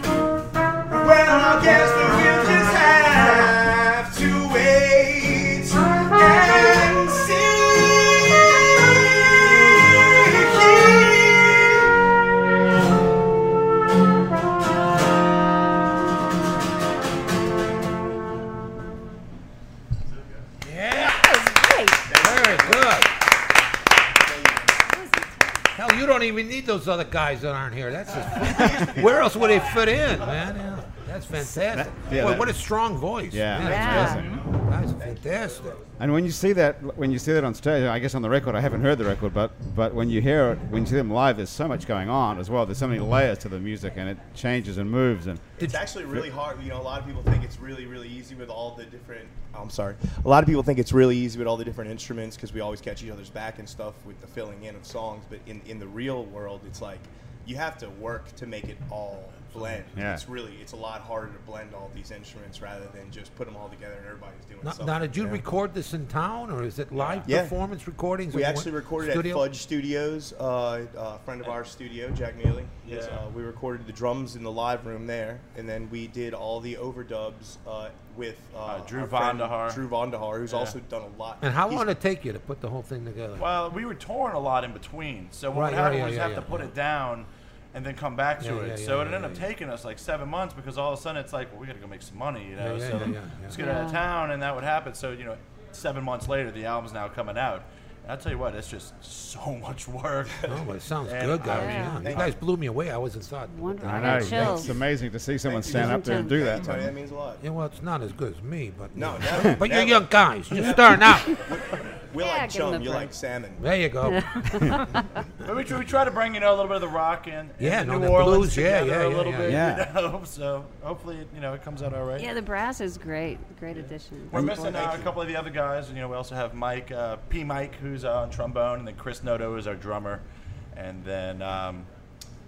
Speaker 7: Well, I guess that we'll just have to wait and see.
Speaker 1: Very good. Hell, you don't even need those other guys that aren't here. That's
Speaker 2: (laughs)
Speaker 1: just, where else would they fit in, man? Yeah, that's fantastic.
Speaker 2: That- yeah,
Speaker 1: Boy,
Speaker 2: that-
Speaker 1: what a strong voice.
Speaker 2: Yeah,
Speaker 1: Man,
Speaker 2: that's
Speaker 3: Yeah.
Speaker 2: amazing.
Speaker 1: That's fantastic.
Speaker 2: And when you see that, when you see that on stage, I guess on the record, I haven't heard the record, but but when you hear it, when you see them live, there's so much going on as well. There's so many layers to the music, and it changes and moves. And
Speaker 6: It's actually really hard. You know, a lot of people think it's really, really easy with all the different. oh, I'm sorry. A lot of people think it's really easy with all the different instruments because we always catch each other's back and stuff with the filling in of songs. But in in the real world, it's like you have to work to make it all blend.
Speaker 2: Yeah.
Speaker 6: It's really it's a lot harder to blend all these instruments rather than just put them all together and everybody's doing
Speaker 1: Now,
Speaker 6: something.
Speaker 1: now, did you
Speaker 6: know?
Speaker 1: record this in town, or is it live
Speaker 6: Yeah.
Speaker 1: performance recordings?
Speaker 6: We
Speaker 1: in
Speaker 6: actually
Speaker 1: one
Speaker 6: recorded
Speaker 1: studio?
Speaker 6: at Fudge Studios, uh, a friend of our studio, Jack Neely. His,
Speaker 4: Yeah.
Speaker 6: uh, we recorded the drums in the live room there, and then we did all the overdubs uh, with uh,
Speaker 4: Drew
Speaker 6: our friend
Speaker 4: Vandahar.
Speaker 6: Drew Vondahar, who's
Speaker 4: Yeah.
Speaker 6: also done a lot.
Speaker 1: And how
Speaker 6: He's-
Speaker 1: long did it take you to put the whole thing together?
Speaker 4: Well, we were touring a lot in between, so
Speaker 1: Right,
Speaker 4: what would
Speaker 1: yeah,
Speaker 4: happen
Speaker 1: yeah,
Speaker 4: was
Speaker 1: yeah,
Speaker 4: have
Speaker 1: yeah,
Speaker 4: to put
Speaker 1: yeah.
Speaker 4: it down and then come back to
Speaker 1: Yeah,
Speaker 4: it.
Speaker 1: yeah,
Speaker 4: so
Speaker 1: yeah,
Speaker 4: it ended
Speaker 1: yeah,
Speaker 4: up
Speaker 1: yeah.
Speaker 4: taking us like seven months because all of a sudden it's like well, we got to go make some money, you know.
Speaker 1: Yeah, yeah,
Speaker 4: so
Speaker 1: yeah, yeah,
Speaker 4: let's
Speaker 1: yeah.
Speaker 4: get out of town, and that would happen. So you know, seven months later, the album's now coming out. And I tell you what, it's just so (laughs) much work.
Speaker 1: oh, but it sounds
Speaker 4: And
Speaker 1: good, guys.
Speaker 4: I mean,
Speaker 1: Yeah, You
Speaker 4: thank-
Speaker 1: guys blew me away. I wasn't thought.
Speaker 3: Wonderful.
Speaker 2: I
Speaker 3: I
Speaker 2: know
Speaker 3: got
Speaker 2: it's
Speaker 3: chills.
Speaker 2: amazing to see someone
Speaker 6: Thank you.
Speaker 2: stand up there and do that.
Speaker 6: Tony, that means a lot.
Speaker 1: Yeah, well, it's not as good as me, but
Speaker 6: No,
Speaker 1: yeah.
Speaker 6: never,
Speaker 1: (laughs) but you're
Speaker 6: never.
Speaker 1: young guys, just
Speaker 6: (laughs)
Speaker 1: starting out.
Speaker 6: We're
Speaker 3: Yeah,
Speaker 6: like
Speaker 3: give him
Speaker 6: chum.
Speaker 3: a
Speaker 6: You're
Speaker 3: break.
Speaker 6: like salmon.
Speaker 1: There you go.
Speaker 4: but we, tr- we try to bring you know a little bit of the rock in, and
Speaker 1: Yeah,
Speaker 4: the
Speaker 1: no,
Speaker 4: New
Speaker 1: the
Speaker 4: Orleans
Speaker 1: blues, yeah,
Speaker 4: together
Speaker 1: yeah,
Speaker 4: a
Speaker 1: yeah,
Speaker 4: little
Speaker 1: yeah.
Speaker 4: bit.
Speaker 2: Yeah.
Speaker 4: You know? (laughs) So hopefully, it, you know, it comes out all right.
Speaker 3: Yeah, the brass is great. Great addition.
Speaker 4: We're missing
Speaker 6: Thank
Speaker 4: uh, a
Speaker 6: you.
Speaker 4: couple of the other guys. You know, we also have Mike uh, P. Mike, who's uh, on trombone, and then Chris Noto is our drummer, and then um,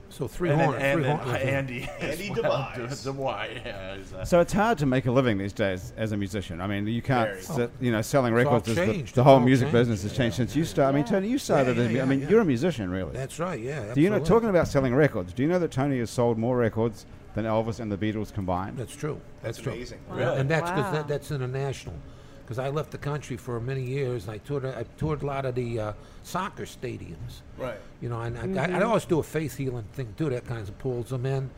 Speaker 1: So three
Speaker 4: and
Speaker 1: horns.
Speaker 4: then, and
Speaker 1: three
Speaker 4: then
Speaker 1: horns.
Speaker 4: Andy. (laughs)
Speaker 6: Andy
Speaker 4: as well.
Speaker 6: DeWise.
Speaker 4: De- DeWise, yeah, he's, uh,
Speaker 2: So it's hard to make a living these days as a musician. I mean, you can't,
Speaker 6: Very.
Speaker 2: sit, you know, selling
Speaker 1: all
Speaker 2: records. is the,
Speaker 1: changed.
Speaker 2: the
Speaker 1: It's
Speaker 2: whole
Speaker 1: all
Speaker 2: music
Speaker 1: changed.
Speaker 2: business has changed since you started. I mean, Tony, you started.
Speaker 1: Yeah,
Speaker 2: in-
Speaker 1: yeah,
Speaker 2: I mean,
Speaker 1: yeah.
Speaker 2: you're a musician, really.
Speaker 1: That's right. Yeah.
Speaker 2: do you know?
Speaker 1: absolutely.
Speaker 2: Talking about selling records, do you know that Tony has sold more records than Elvis and the Beatles combined?
Speaker 1: That's true. That's, true.
Speaker 6: amazing.
Speaker 4: Really?
Speaker 1: And that's because
Speaker 5: Wow.
Speaker 1: that, that's international. Because I left the country for many years, and I toured. I toured a lot of the uh, soccer stadiums.
Speaker 6: Right.
Speaker 1: You know, and I, I,
Speaker 5: Mm-hmm.
Speaker 1: I'd always do a faith healing thing too. That kind of pulls them in.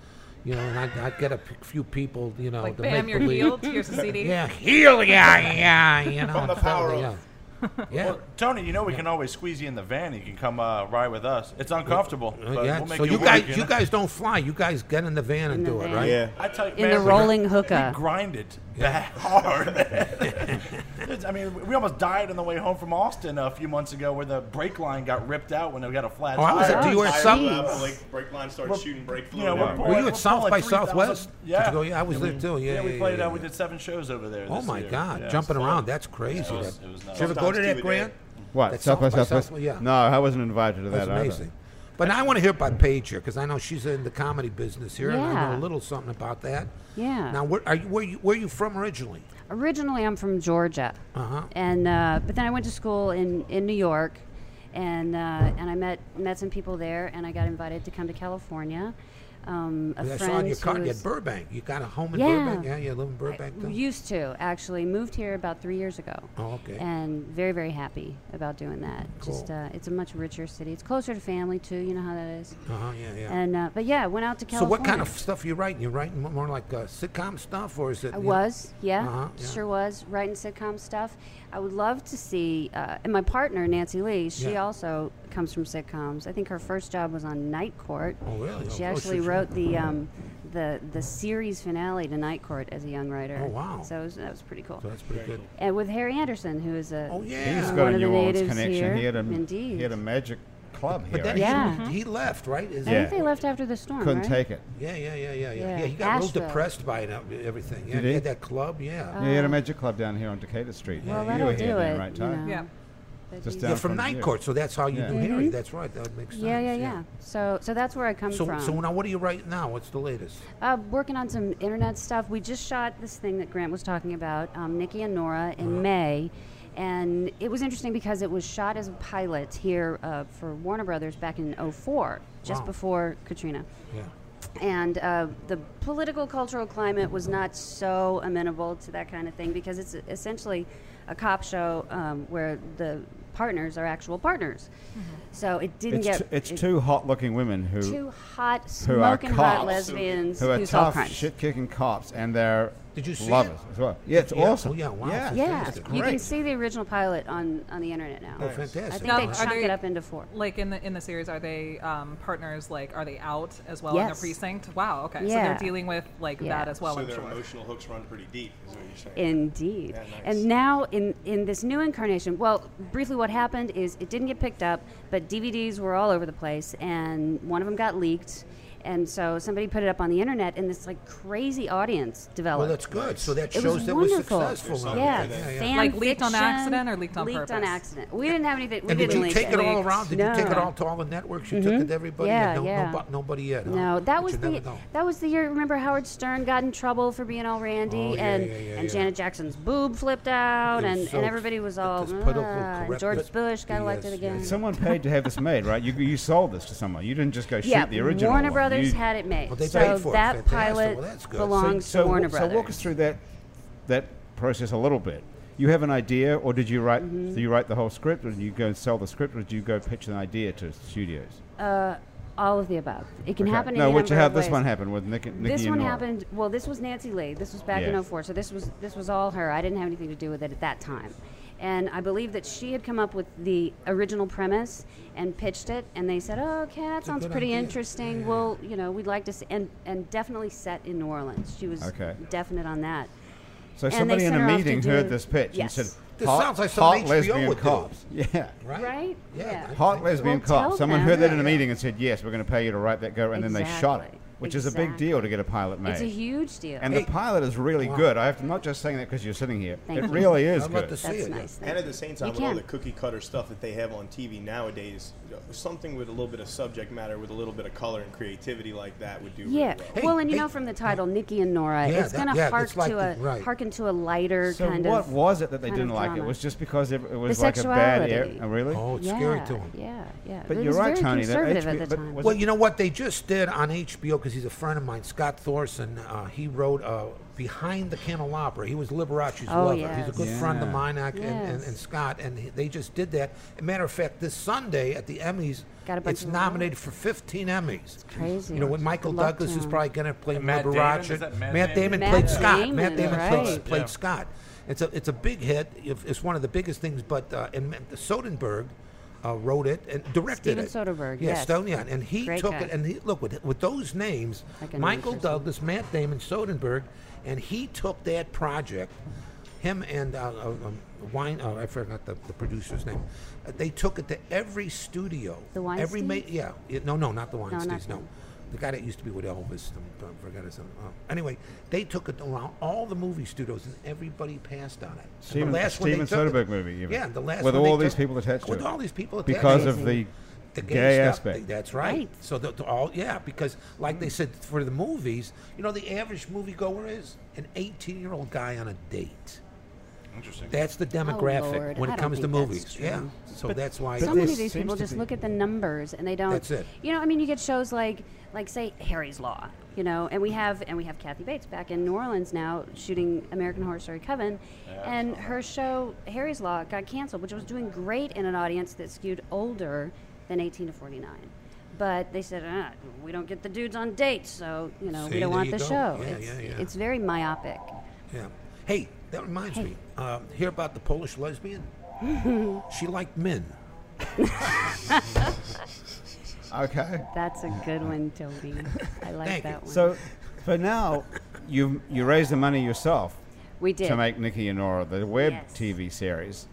Speaker 1: You know, and I'd, I'd get a p- few people. You know,
Speaker 5: Like,
Speaker 1: to
Speaker 5: bam,
Speaker 1: make
Speaker 5: you're
Speaker 1: believe.
Speaker 5: healed. Here's a CD.
Speaker 1: Yeah, heal
Speaker 5: (laughs)
Speaker 1: ya, yeah, you know.
Speaker 6: From the
Speaker 1: instead
Speaker 6: power
Speaker 1: of
Speaker 6: of-
Speaker 1: (laughs) yeah. yeah.
Speaker 4: well, Tony, you know we can always squeeze you in the van. You can come uh, ride with us. It's uncomfortable,
Speaker 1: Uh,
Speaker 4: but
Speaker 1: yeah,
Speaker 4: we'll make
Speaker 1: so
Speaker 4: it
Speaker 1: you
Speaker 4: work,
Speaker 1: guys,
Speaker 4: know?
Speaker 1: you guys don't fly. You guys get in the van and
Speaker 3: In the
Speaker 1: do it,
Speaker 3: van.
Speaker 1: right?
Speaker 6: Yeah.
Speaker 4: I tell you,
Speaker 3: In the
Speaker 4: man, we-
Speaker 3: rolling
Speaker 4: We
Speaker 3: hookah.
Speaker 4: grinded that (laughs) hard. It's- I mean, we almost died on the way home from Austin a few months ago, where the brake line got ripped out when they got a flat
Speaker 1: Oh, I was
Speaker 4: tire.
Speaker 1: at- do you wear
Speaker 6: Tire
Speaker 1: some-
Speaker 6: blew out, the like brake line started shooting brake
Speaker 4: You
Speaker 6: fluid.
Speaker 4: know, we're
Speaker 6: everywhere.
Speaker 4: pulling-
Speaker 1: Were you
Speaker 4: we're
Speaker 1: at South
Speaker 4: pulling
Speaker 1: by
Speaker 4: 3,000
Speaker 1: Southwest? Did you
Speaker 4: Yeah,
Speaker 1: go- yeah, I was there too. Yeah,
Speaker 4: yeah, we
Speaker 1: yeah,
Speaker 4: played.
Speaker 1: yeah,
Speaker 4: Uh, we
Speaker 1: yeah.
Speaker 4: did seven shows over there.
Speaker 1: Oh
Speaker 4: this
Speaker 1: my
Speaker 4: year.
Speaker 1: God,
Speaker 4: Yeah, it
Speaker 1: jumping
Speaker 4: was fun.
Speaker 1: around, that's crazy.
Speaker 4: It was-
Speaker 1: that-
Speaker 4: it was
Speaker 1: Did you ever go
Speaker 4: nuts.
Speaker 1: to
Speaker 6: Sometimes
Speaker 1: that
Speaker 6: Cuba
Speaker 1: grant?
Speaker 2: What?
Speaker 1: That's
Speaker 2: South by
Speaker 1: South by Southwest, yeah.
Speaker 2: No, I wasn't invited to that.
Speaker 1: That's
Speaker 2: either.
Speaker 1: amazing. But I want to hear about Paige here because I know she's in the comedy business here, and I know
Speaker 3: Yeah.
Speaker 1: a little something about that.
Speaker 3: Yeah.
Speaker 1: Now, where are you? Where you? Where you from originally?
Speaker 3: Originally, I'm from Georgia,
Speaker 1: Uh-huh.
Speaker 3: and uh, but then I went to school in, in New York, and uh, and I met met some people there, and I got invited to come to California. Um, a
Speaker 1: 'Cause I
Speaker 3: friend
Speaker 1: saw in your
Speaker 3: who
Speaker 1: car. You had
Speaker 3: was-
Speaker 1: Burbank. You got a home in
Speaker 3: Yeah.
Speaker 1: Burbank. Yeah, you live in Burbank.
Speaker 3: I
Speaker 1: don't you?
Speaker 3: used to actually moved here about three years ago.
Speaker 1: Oh, okay.
Speaker 3: And very very happy about doing that. Just
Speaker 1: Cool.
Speaker 3: uh, it's a much richer city. It's closer to family too. You know how that is.
Speaker 1: Uh-huh, yeah, yeah.
Speaker 3: And uh, but yeah, went out to
Speaker 1: so,
Speaker 3: California.
Speaker 1: what kind of stuff are you writing? You writing mo- more like uh, sitcom stuff, or is it?
Speaker 3: I
Speaker 1: you know-
Speaker 3: was, yeah,
Speaker 1: Uh-huh, yeah.
Speaker 3: sure was writing sitcom stuff. I would love to see, uh, and my partner Nancy Lee, she
Speaker 1: Yeah.
Speaker 3: also comes from sitcoms. I think her first job was on Night Court.
Speaker 1: Oh, really?
Speaker 3: She
Speaker 1: Oh,
Speaker 3: actually
Speaker 1: she's-
Speaker 3: wrote the um, the the series finale to Night Court as a young writer.
Speaker 1: Oh, wow.
Speaker 3: So it was, that was pretty cool.
Speaker 1: So that's pretty good.
Speaker 3: and with Harry Anderson, who is a
Speaker 1: Oh, yeah.
Speaker 2: He's
Speaker 1: Uh,
Speaker 2: got a
Speaker 3: one of the
Speaker 2: New Orleans
Speaker 3: natives
Speaker 2: connection.
Speaker 3: here.
Speaker 2: He had a
Speaker 3: Indeed.
Speaker 2: he had a magic club here.
Speaker 1: But then
Speaker 2: actually.
Speaker 1: he,
Speaker 3: Yeah.
Speaker 1: he left, right? Is
Speaker 3: I
Speaker 1: that-
Speaker 3: think they left after the storm,
Speaker 2: Couldn't
Speaker 3: right?
Speaker 2: take it.
Speaker 1: Yeah, yeah, yeah, yeah, yeah.
Speaker 3: Yeah.
Speaker 1: Yeah, he got real
Speaker 3: Asheville.
Speaker 1: depressed by it, uh, everything. Yeah,
Speaker 2: Did
Speaker 1: he
Speaker 2: he?
Speaker 1: had that club.
Speaker 3: Oh,
Speaker 1: Yeah.
Speaker 2: Yeah, he had a magic club down here on Decatur Street.
Speaker 3: Uh, Well,
Speaker 2: yeah, you
Speaker 3: that'll
Speaker 2: were
Speaker 3: do
Speaker 2: here then,
Speaker 3: it.
Speaker 2: right,
Speaker 3: you
Speaker 2: Ty?
Speaker 3: know,
Speaker 5: Yeah.
Speaker 3: but
Speaker 2: Just
Speaker 3: he-
Speaker 2: down
Speaker 1: yeah, from
Speaker 2: from
Speaker 1: Night
Speaker 2: you.
Speaker 1: Court. So that's how you
Speaker 2: Yeah.
Speaker 1: do Harry. That's right. That makes sense.
Speaker 3: Mm-hmm. Yeah, yeah, yeah. So, so that's where I come
Speaker 1: So,
Speaker 3: from.
Speaker 1: so now, what are you writing now? What's the latest?
Speaker 3: Uh, working on some internet stuff. We just shot this thing that Grant was talking about, um, Nikki and Nora, in May. And it was interesting because it was shot as a pilot here uh, for Warner Brothers back in 04, just
Speaker 1: Wow.
Speaker 3: before Katrina.
Speaker 1: Yeah.
Speaker 3: And uh, the political cultural climate was not so amenable to that kind of thing because it's essentially a cop show um, where the partners are actual partners. So it didn't
Speaker 2: It's,
Speaker 3: get.
Speaker 2: t- it's
Speaker 3: it-
Speaker 2: two hot-looking women who
Speaker 3: two hot,
Speaker 2: who are
Speaker 3: smoking hot
Speaker 2: cops,
Speaker 3: lesbians
Speaker 2: who are
Speaker 3: solve
Speaker 2: tough,
Speaker 3: crimes.
Speaker 2: shit-kicking cops, and they're
Speaker 1: Did you see
Speaker 2: lovers
Speaker 1: it?
Speaker 2: as well. Yeah, it's
Speaker 1: Yeah.
Speaker 2: awesome.
Speaker 1: Oh, yeah, wow.
Speaker 2: Yeah,
Speaker 3: Yeah,
Speaker 2: it's
Speaker 3: you can
Speaker 2: great.
Speaker 3: see the original pilot on, on the internet now.
Speaker 1: Oh, fantastic.
Speaker 3: I think
Speaker 5: Now,
Speaker 3: they
Speaker 5: are
Speaker 3: chunk
Speaker 5: they-
Speaker 3: it up into four.
Speaker 5: Like in the in the series, are they um, partners? Like, are they out as well in the
Speaker 3: Yes.
Speaker 5: precinct? Wow. Okay. So
Speaker 3: Yeah.
Speaker 5: they're dealing with like
Speaker 3: Yeah.
Speaker 5: that as well.
Speaker 6: so
Speaker 5: Oh, I'm
Speaker 6: their
Speaker 5: sure.
Speaker 6: emotional hooks run pretty deep. Is what you're saying.
Speaker 3: Indeed.
Speaker 6: Yeah, nice.
Speaker 3: And now in, in this new incarnation, well, briefly what happened is it didn't get picked up, but DVDs were all over the place, and one of them got leaked. And so somebody put it up on the internet, and this like crazy audience developed.
Speaker 1: Well, that's good. So that shows
Speaker 3: It was
Speaker 1: that
Speaker 3: wonderful.
Speaker 1: we're successful.
Speaker 3: Yeah,
Speaker 1: in it. yeah, yeah.
Speaker 3: fan
Speaker 5: Like leaked on
Speaker 3: fiction,
Speaker 5: accident or leaked on
Speaker 3: leaked on
Speaker 5: purpose?
Speaker 3: accident. We didn't have anything. We
Speaker 1: And did
Speaker 3: didn't
Speaker 1: you
Speaker 3: leak
Speaker 1: take it all
Speaker 5: Leaked.
Speaker 1: around? Did you take it
Speaker 3: No. Mm-hmm.
Speaker 1: all to all the networks? You took it to everybody?
Speaker 3: Yeah,
Speaker 1: and no,
Speaker 3: yeah.
Speaker 1: nobo- nobody yet. huh?
Speaker 3: No, that
Speaker 1: But
Speaker 3: was
Speaker 1: you never
Speaker 3: the
Speaker 1: know.
Speaker 3: that was the year. Remember Howard Stern got in trouble for being all Randy,
Speaker 1: Oh, yeah,
Speaker 3: and
Speaker 1: yeah, yeah,
Speaker 3: and
Speaker 1: yeah.
Speaker 3: Janet Jackson's boob flipped out,
Speaker 1: It was
Speaker 3: and,
Speaker 1: so
Speaker 3: and everybody was all.
Speaker 1: this political
Speaker 3: "Ah," and
Speaker 1: correctness
Speaker 3: George Bush got
Speaker 1: BS,
Speaker 3: elected
Speaker 1: yeah,
Speaker 3: again.
Speaker 1: yeah.
Speaker 2: Someone paid to have this made, right? You, you sold this to someone. You didn't just go shoot
Speaker 3: yeah,
Speaker 2: the original.
Speaker 3: Warner
Speaker 2: one.
Speaker 3: Brothers
Speaker 2: You-
Speaker 3: had it made.
Speaker 1: Well, they
Speaker 3: so
Speaker 1: paid for it.
Speaker 3: that
Speaker 1: Fantastic. Well,
Speaker 3: pilot
Speaker 1: that's good. So-
Speaker 3: belongs
Speaker 2: so,
Speaker 3: to Warner
Speaker 2: so
Speaker 3: Brothers.
Speaker 2: walk us through that that process a little bit. You have an idea, or did you write?
Speaker 3: Mm-hmm.
Speaker 2: Do you write the whole script, or do you go and sell the script, or do you go pitch an idea to studios?
Speaker 3: all of the above. It can
Speaker 2: Okay.
Speaker 3: happen.
Speaker 2: no,
Speaker 3: in
Speaker 2: which
Speaker 3: a number
Speaker 2: how
Speaker 3: of
Speaker 2: this
Speaker 3: ways.
Speaker 2: one happened with Nick, Nicky
Speaker 3: this
Speaker 2: and
Speaker 3: one
Speaker 2: Nora.
Speaker 3: happened. Well, this was Nancy Lee. This was back
Speaker 2: Yeah.
Speaker 3: in 04, so this was this was all her. I didn't have anything to do with it at that time, and I believe that she had come up with the original premise and pitched it, and they said, "Oh, okay, that
Speaker 1: a
Speaker 3: sounds
Speaker 1: good
Speaker 3: pretty
Speaker 1: idea."
Speaker 3: interesting. Well, you know, we'd like to," s and and definitely set in New Orleans. She was
Speaker 2: Okay.
Speaker 3: definite on that.
Speaker 2: So
Speaker 3: and they
Speaker 2: somebody in
Speaker 3: sent her
Speaker 2: a
Speaker 3: off to
Speaker 2: meeting
Speaker 3: do-
Speaker 2: heard this pitch
Speaker 3: Yes.
Speaker 2: and said,
Speaker 1: This
Speaker 2: hot,
Speaker 1: sounds like something
Speaker 2: hot
Speaker 1: HBO
Speaker 2: lesbian
Speaker 1: would do."
Speaker 2: cops. (laughs) Yeah.
Speaker 1: Right?
Speaker 3: Right?
Speaker 1: Yeah.
Speaker 3: Yeah.
Speaker 1: I
Speaker 2: Hot
Speaker 1: think-
Speaker 2: lesbian
Speaker 3: Well, tell
Speaker 2: cops. Someone
Speaker 3: them.
Speaker 2: heard that in a
Speaker 1: Yeah, yeah.
Speaker 2: meeting and said, yes, we're going to pay you to write that, go, and then they shot it.
Speaker 3: Exactly.
Speaker 2: which is a big
Speaker 3: Exactly.
Speaker 2: deal to get a pilot made.
Speaker 3: It's a huge deal.
Speaker 2: and
Speaker 1: Hey.
Speaker 2: the pilot is really good. I have to, not just saying that because you're sitting here.
Speaker 3: Thank
Speaker 2: it
Speaker 3: you.
Speaker 2: really is
Speaker 1: I'm about
Speaker 2: good.
Speaker 1: to (laughs) see
Speaker 3: That's
Speaker 1: it.
Speaker 3: nice.
Speaker 6: And at the same time,
Speaker 3: You
Speaker 6: with all
Speaker 3: can.
Speaker 6: the cookie cutter stuff that they have on TV nowadays, you know, something with a little bit of subject matter, with a little bit of color and creativity like that would do
Speaker 3: Yeah.
Speaker 6: really well.
Speaker 1: Hey,
Speaker 3: well, and you
Speaker 1: hey.
Speaker 3: know from the title, Nikki and Nora,
Speaker 1: Yeah,
Speaker 3: it's
Speaker 1: that-
Speaker 3: going to
Speaker 1: yeah,
Speaker 3: hark
Speaker 1: it's like
Speaker 3: to
Speaker 1: the-
Speaker 3: a
Speaker 1: right.
Speaker 3: harken to a lighter
Speaker 2: So
Speaker 3: kind
Speaker 2: what
Speaker 3: of.
Speaker 2: was it that they
Speaker 3: kind of
Speaker 2: didn't like? It
Speaker 3: drama.
Speaker 2: was just because it, it was
Speaker 3: The
Speaker 2: like a bad
Speaker 3: sexuality.
Speaker 2: air. Oh, really?
Speaker 1: Oh, it's
Speaker 3: yeah,
Speaker 1: scary to him.
Speaker 3: Yeah, yeah.
Speaker 2: But
Speaker 3: it
Speaker 2: you're
Speaker 3: was
Speaker 2: right,
Speaker 3: very
Speaker 2: Tony, that
Speaker 3: conservative
Speaker 2: HBO
Speaker 3: at the
Speaker 2: but
Speaker 3: time.
Speaker 2: was
Speaker 1: Well, you know what they just did on HBO because he's a friend of mine, Scott Thorson. Uh, he wrote uh, "Behind the Candelabra." He was Liberace's
Speaker 3: Oh,
Speaker 1: lover.
Speaker 3: yes.
Speaker 1: He's a good friend of
Speaker 2: Yeah.
Speaker 1: mine, I, and, and,
Speaker 3: Yes.
Speaker 1: and Scott, and he- they just did that. matter of fact, this Sunday at the Emmys,
Speaker 3: Got a bunch
Speaker 1: it's
Speaker 3: of
Speaker 1: nominated for 15 Emmys.
Speaker 3: crazy.
Speaker 1: You know, with Michael
Speaker 3: Good luck
Speaker 1: Douglas
Speaker 3: to
Speaker 1: is
Speaker 3: him.
Speaker 1: probably going to play
Speaker 4: And Matt Damon?
Speaker 1: Liberace.
Speaker 4: Is that Matt
Speaker 1: Matt Damon
Speaker 4: Damon?
Speaker 3: Matt
Speaker 1: played Scott.
Speaker 3: Damon,
Speaker 1: Matt Damon played,
Speaker 3: right.
Speaker 1: played
Speaker 4: Yeah.
Speaker 1: Scott. It's a it's a big hit. If- It's one of the biggest things. But uh, and Ma- Soderbergh. Uh, wrote it and directed
Speaker 3: Steven
Speaker 1: it.
Speaker 3: Soderbergh,
Speaker 1: yeah,
Speaker 3: yes.
Speaker 1: Stone- yeah, and he
Speaker 3: Great
Speaker 1: took
Speaker 3: guy.
Speaker 1: it and he look with with those names,
Speaker 3: Like a
Speaker 1: Michael
Speaker 3: niche or something.
Speaker 1: Douglas, Matt Damon, Soderbergh, and he took that project. Him and uh, uh, um, Wine, oh, I forgot the, the producer's name. Uh, they took it to every studio.
Speaker 3: The
Speaker 1: Every ma-
Speaker 3: Weinsteins?
Speaker 1: yeah, yeah, no, no, not the
Speaker 3: not
Speaker 1: Weinsteins. No,
Speaker 3: them.
Speaker 1: the guy that used to be with Elvis. I forgot his name. Oh. Anyway, they took it around all the movie studios, and everybody passed on it. And the
Speaker 2: Steven,
Speaker 1: last one they
Speaker 2: Steven
Speaker 1: took it-
Speaker 2: Soderbergh movie. Even,
Speaker 1: Yeah, the last
Speaker 2: with
Speaker 1: one they
Speaker 2: all these
Speaker 1: took-
Speaker 2: people attached
Speaker 1: with
Speaker 2: to it.
Speaker 1: all these people attached
Speaker 2: (laughs) because
Speaker 1: to
Speaker 2: of
Speaker 1: it. the
Speaker 2: the,
Speaker 1: gay,
Speaker 2: gay
Speaker 1: stuff.
Speaker 2: aspect.
Speaker 1: That's right.
Speaker 3: Right.
Speaker 1: So the, the all yeah, because like they said for the movies, you know, the average moviegoer is an 18-year-old guy on a date.
Speaker 4: Interesting.
Speaker 1: That's the demographic
Speaker 3: Oh, Lord,
Speaker 1: when it
Speaker 3: I don't
Speaker 1: comes to
Speaker 3: think that's
Speaker 1: movies. Yeah.
Speaker 3: true.
Speaker 1: So that's why.
Speaker 3: so
Speaker 2: But
Speaker 3: many
Speaker 2: this
Speaker 3: of these
Speaker 2: seems
Speaker 3: people
Speaker 2: to
Speaker 3: just
Speaker 2: be-
Speaker 3: look at the numbers and they don't.
Speaker 1: That's it.
Speaker 3: You know, I mean, you get shows like like say Harry's Law, you know, and we have and we have Kathy Bates back in New Orleans now shooting American Horror Story Coven, and her show Harry's Law got canceled, which was doing great in an audience that skewed older than 18 to 49. But they said, ah, we don't get the dudes on dates, so you know
Speaker 1: See,
Speaker 3: we don't
Speaker 1: there
Speaker 3: want
Speaker 1: you
Speaker 3: the
Speaker 1: go.
Speaker 3: show.
Speaker 1: Yeah,
Speaker 3: it's,
Speaker 1: yeah, yeah.
Speaker 3: it's very myopic.
Speaker 1: Yeah. Hey, that reminds me. Um, hear about the Polish lesbian?
Speaker 3: Mm-hmm.
Speaker 1: she liked men.
Speaker 2: Okay.
Speaker 3: That's a good one, Toby. I like
Speaker 1: Thank you.
Speaker 3: that one.
Speaker 2: So, but now you you raise the money yourself
Speaker 3: we did.
Speaker 2: to make Nikki and Nora the web
Speaker 3: Yes.
Speaker 2: TV series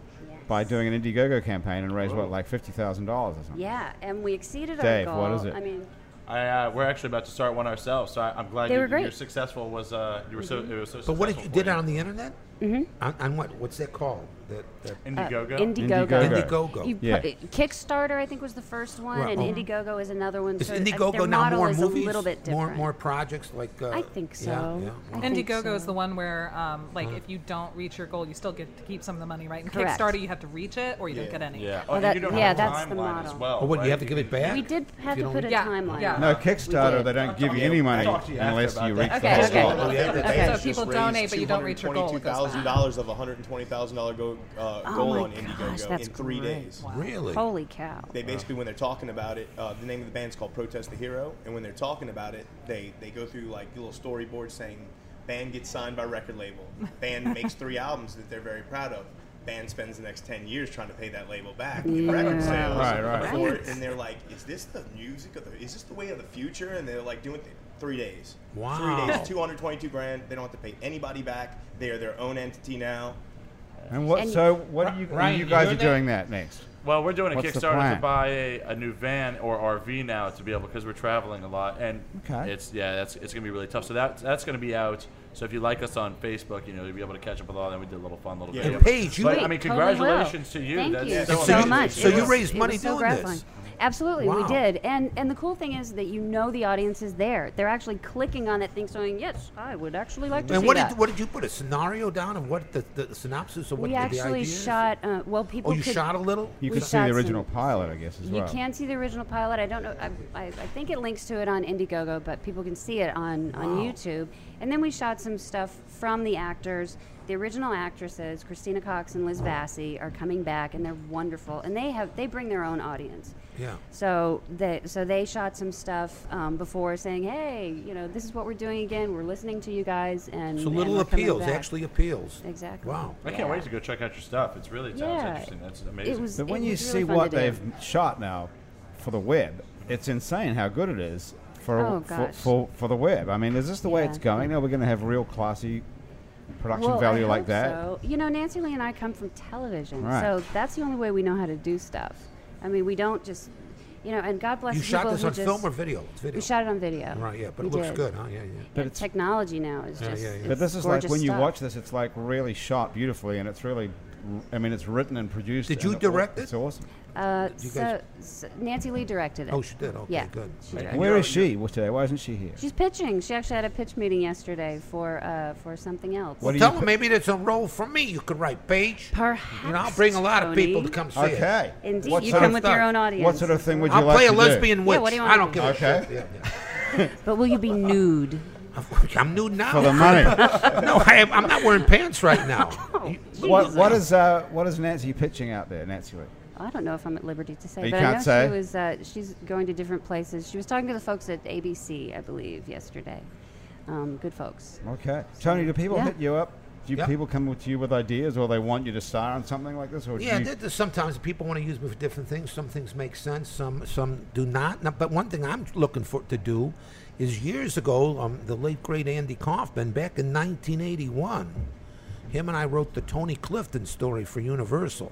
Speaker 2: by doing an Indiegogo campaign and raise
Speaker 4: Oh.
Speaker 2: what like fifty thousand dollars or something.
Speaker 3: Yeah, and we exceeded
Speaker 2: Dave,
Speaker 3: our goal.
Speaker 2: what is it?
Speaker 3: I mean,
Speaker 4: I, uh, we're actually about to start one ourselves, so I, I'm glad
Speaker 3: They
Speaker 4: you,
Speaker 3: were great.
Speaker 4: you're successful. Was uh, you were so it was so.
Speaker 1: But what did you
Speaker 4: successful
Speaker 1: did
Speaker 4: for
Speaker 1: it on the internet? Mm-hmm. On, on what? What's that called? That, that
Speaker 3: Uh,
Speaker 4: Indiegogo.
Speaker 3: Indiegogo.
Speaker 2: Indiegogo.
Speaker 1: Indiegogo.
Speaker 3: You
Speaker 2: Yeah.
Speaker 3: pro- Kickstarter, I think, was the first one,
Speaker 1: Right.
Speaker 3: and
Speaker 1: Oh.
Speaker 3: Indiegogo is another one.
Speaker 1: is
Speaker 3: so, uh, their
Speaker 1: Indiegogo now
Speaker 3: model
Speaker 1: more
Speaker 3: is
Speaker 1: movies?
Speaker 3: a little bit different.
Speaker 1: more more projects like. Uh,
Speaker 3: I think so.
Speaker 1: Yeah, yeah.
Speaker 3: I think
Speaker 5: Indiegogo
Speaker 3: so. Uh-huh.
Speaker 5: is the one where, um, like, if you don't reach your goal, you still get to keep some of the money, right? In
Speaker 3: Correct.
Speaker 5: Kickstarter, you have to reach it or you don't get any.
Speaker 4: Yeah. Oh,
Speaker 3: Well,
Speaker 4: and
Speaker 3: Oh, that-
Speaker 4: you don't
Speaker 3: yeah,
Speaker 4: have a
Speaker 3: that's the
Speaker 4: timeline as
Speaker 3: model.
Speaker 4: well.
Speaker 1: Oh, what?
Speaker 4: right?
Speaker 1: You have to give it back.
Speaker 3: We did have
Speaker 1: If you
Speaker 3: to
Speaker 1: don't
Speaker 3: put a
Speaker 1: get-
Speaker 5: Yeah,
Speaker 3: timeline.
Speaker 5: yeah.
Speaker 3: on
Speaker 2: No
Speaker 3: it. We
Speaker 2: Kickstarter,
Speaker 3: did.
Speaker 2: they don't give you
Speaker 4: to you-
Speaker 2: any
Speaker 4: I'll
Speaker 2: money
Speaker 4: talk to you after
Speaker 2: unless
Speaker 4: about
Speaker 2: you reach
Speaker 4: that.
Speaker 2: the
Speaker 5: Okay,
Speaker 2: whole
Speaker 5: okay.
Speaker 2: goal.
Speaker 5: Okay.
Speaker 6: They
Speaker 5: So
Speaker 6: just
Speaker 5: people
Speaker 6: raised
Speaker 5: donate, but you don't reach your goal.
Speaker 6: $220,000 of a $120,000 go, uh,
Speaker 3: Oh
Speaker 6: goal
Speaker 3: my
Speaker 6: on
Speaker 3: gosh,
Speaker 6: Indiegogo
Speaker 3: that's
Speaker 6: in three
Speaker 3: great.
Speaker 6: days.
Speaker 1: Really?
Speaker 3: Holy cow!
Speaker 6: They basically, when they're talking about it, uh, the name of the band's called Protest the Hero, and when they're talking about it, they they go through like little storyboards saying, band gets signed by record label, band
Speaker 1: (laughs)
Speaker 6: makes three albums that they're very proud of, band spends the next ten years trying to pay that label back, in record
Speaker 3: Yeah.
Speaker 6: sales,
Speaker 2: Right, right.
Speaker 6: before-
Speaker 3: Right.
Speaker 6: and they're like, is this the music of the? Is this the way of the future? And they're like doing. Th- Three days.
Speaker 1: Wow.
Speaker 6: Three days, 222 grand. They don't have to pay anybody back. They are their own entity now.
Speaker 2: And what?
Speaker 3: And-
Speaker 2: so what? Are you,
Speaker 4: Ryan,
Speaker 2: you guys
Speaker 4: you
Speaker 2: are
Speaker 4: doing
Speaker 2: doing that next?
Speaker 4: Well, we're doing a
Speaker 2: What's the
Speaker 4: Kickstarter
Speaker 2: plan?
Speaker 4: to buy a, a new van or RV now to be able because we're traveling a lot and
Speaker 2: Okay.
Speaker 4: it's yeah that's it's gonna be really tough. So that that's gonna be out. So if you like us on Facebook, you know you'll be able to catch up with all that. We did a little fun little
Speaker 6: Yeah.
Speaker 4: video.
Speaker 1: And Paige, you-
Speaker 4: but, I
Speaker 3: Wait,
Speaker 4: mean,
Speaker 3: totally will.
Speaker 4: congratulations to you.
Speaker 3: Thank
Speaker 4: that's
Speaker 3: you
Speaker 6: so
Speaker 3: so,
Speaker 6: amazing.
Speaker 3: much.
Speaker 6: So
Speaker 3: It
Speaker 6: you
Speaker 3: was-
Speaker 1: raised
Speaker 3: it
Speaker 1: money
Speaker 3: was so
Speaker 1: doing
Speaker 3: gratifying.
Speaker 1: this.
Speaker 3: Absolutely, we
Speaker 1: Wow.
Speaker 3: did. And and the cool thing is that you know the audience is there. They're actually clicking on that thing, saying, "Yes, I would actually like to
Speaker 1: And
Speaker 3: see
Speaker 1: what
Speaker 3: that."
Speaker 1: did what did you put a scenario down of what the, the synopsis of what
Speaker 3: we
Speaker 1: the, the
Speaker 3: actually
Speaker 1: idea is?
Speaker 3: shot. Uh, well, people.
Speaker 1: Oh, you
Speaker 3: could,
Speaker 1: shot a little.
Speaker 2: You
Speaker 3: We
Speaker 2: could see the
Speaker 3: shot some-
Speaker 2: original pilot, I guess, as
Speaker 3: You
Speaker 2: well.
Speaker 3: can see the original pilot. I don't know. I, I, I think it links to it on Indiegogo, but people can see it on, on YouTube. And then we shot some stuff from the actors. The original actresses, Christina Cox and Liz Vassy, are coming back, and they're wonderful. And they have they bring their own audience.
Speaker 1: Yeah.
Speaker 3: So they so they shot some stuff um, before saying, hey, you know, this is what we're doing again. We're listening to you guys, and
Speaker 1: So
Speaker 3: and
Speaker 1: little
Speaker 3: we're coming
Speaker 1: appeals,
Speaker 3: back."
Speaker 1: actually appeals.
Speaker 3: Exactly.
Speaker 1: Wow.
Speaker 4: I can't wait to go check out your stuff. It's really it sounds
Speaker 3: Yeah.
Speaker 4: interesting. That's amazing.
Speaker 3: It was.
Speaker 2: But when
Speaker 3: it
Speaker 2: you
Speaker 3: was really
Speaker 2: see
Speaker 3: fun
Speaker 2: what
Speaker 3: to do.
Speaker 2: they've shot now for the web, it's insane how good it is for
Speaker 3: Oh,
Speaker 2: for,
Speaker 3: gosh.
Speaker 2: for, for the web. I mean, is this the way
Speaker 3: Yeah.
Speaker 2: it's going? Are we going to have real classy production
Speaker 3: well,
Speaker 2: value
Speaker 3: I
Speaker 2: like
Speaker 3: hope
Speaker 2: that?
Speaker 3: So. You know, Nancy Lee and I come from television,
Speaker 2: Right.
Speaker 3: so that's the only way we know how to do stuff. I mean, we don't just you know, and God bless
Speaker 1: You
Speaker 3: the
Speaker 1: shot
Speaker 3: people
Speaker 1: this
Speaker 3: who
Speaker 1: on
Speaker 3: just,
Speaker 1: film or video? It's video.
Speaker 3: We shot it on video.
Speaker 1: Right, yeah, but
Speaker 3: We
Speaker 1: it looks
Speaker 3: did.
Speaker 1: good, huh? Yeah, yeah.
Speaker 2: But
Speaker 3: The
Speaker 2: it's-
Speaker 3: technology now is
Speaker 1: Yeah,
Speaker 3: just.
Speaker 1: yeah, yeah.
Speaker 2: But this
Speaker 3: it's
Speaker 2: is like
Speaker 3: gorgeous
Speaker 2: when you
Speaker 3: stuff.
Speaker 2: watch this, it's like really shot beautifully, and it's really, I mean, it's written and produced.
Speaker 1: Did
Speaker 2: and
Speaker 1: you
Speaker 2: wa-
Speaker 1: direct it?
Speaker 2: It's awesome.
Speaker 3: Uh,
Speaker 1: you
Speaker 3: so,
Speaker 1: guys-
Speaker 3: so Nancy Lee directed it.
Speaker 1: Oh, she did. Okay,
Speaker 3: yeah,
Speaker 1: good.
Speaker 3: She directed
Speaker 2: Where is she today? Why isn't she here?
Speaker 3: She's pitching. She actually had a pitch meeting yesterday for uh, for something else.
Speaker 2: What do
Speaker 1: Tell
Speaker 2: you
Speaker 1: them maybe there's a role for me. You could write Paige.
Speaker 3: Perhaps.
Speaker 1: You know, I'll bring a lot of people to come
Speaker 3: Tony.
Speaker 1: see it.
Speaker 2: Okay.
Speaker 3: Indeed,
Speaker 2: What
Speaker 3: you
Speaker 2: sort
Speaker 3: come
Speaker 2: of-
Speaker 3: with your
Speaker 1: stuff?
Speaker 3: own audience.
Speaker 2: What sort of thing would you
Speaker 1: I'll
Speaker 2: like
Speaker 1: play a
Speaker 2: to do?
Speaker 1: lesbian witch.
Speaker 3: what do you
Speaker 1: I
Speaker 3: wanna
Speaker 1: don't
Speaker 3: do?
Speaker 1: give a
Speaker 2: Okay.
Speaker 1: shit. Yeah, yeah.
Speaker 3: But will you be nude?
Speaker 1: Of course, I'm nude now.
Speaker 2: for the money?
Speaker 1: (laughs)
Speaker 3: (laughs)
Speaker 1: no, I am, I'm not wearing pants right now.
Speaker 2: what, what is uh, what is Nancy pitching out there, Nancy? Lee?
Speaker 3: I don't know if I'm at liberty to say,
Speaker 2: Oh, You
Speaker 3: but I
Speaker 2: can't
Speaker 3: know
Speaker 2: say?
Speaker 3: she was. Uh, she's going to different places. She was talking to the folks at ABC, I believe, yesterday. Um, good folks.
Speaker 2: Okay, Tony. Do people
Speaker 3: Yeah.
Speaker 2: hit you up? Do
Speaker 1: Yep.
Speaker 2: people come with you with ideas, or they want you to star on something like this? Or do
Speaker 1: Yeah,
Speaker 2: you,
Speaker 1: there- there's sometimes people want to use me for different things. Some things make sense, some some do not. No, But one thing I'm looking for to do is years ago, um, the late great Andy Kaufman, back in 1981, him and I wrote the Tony Clifton story for Universal.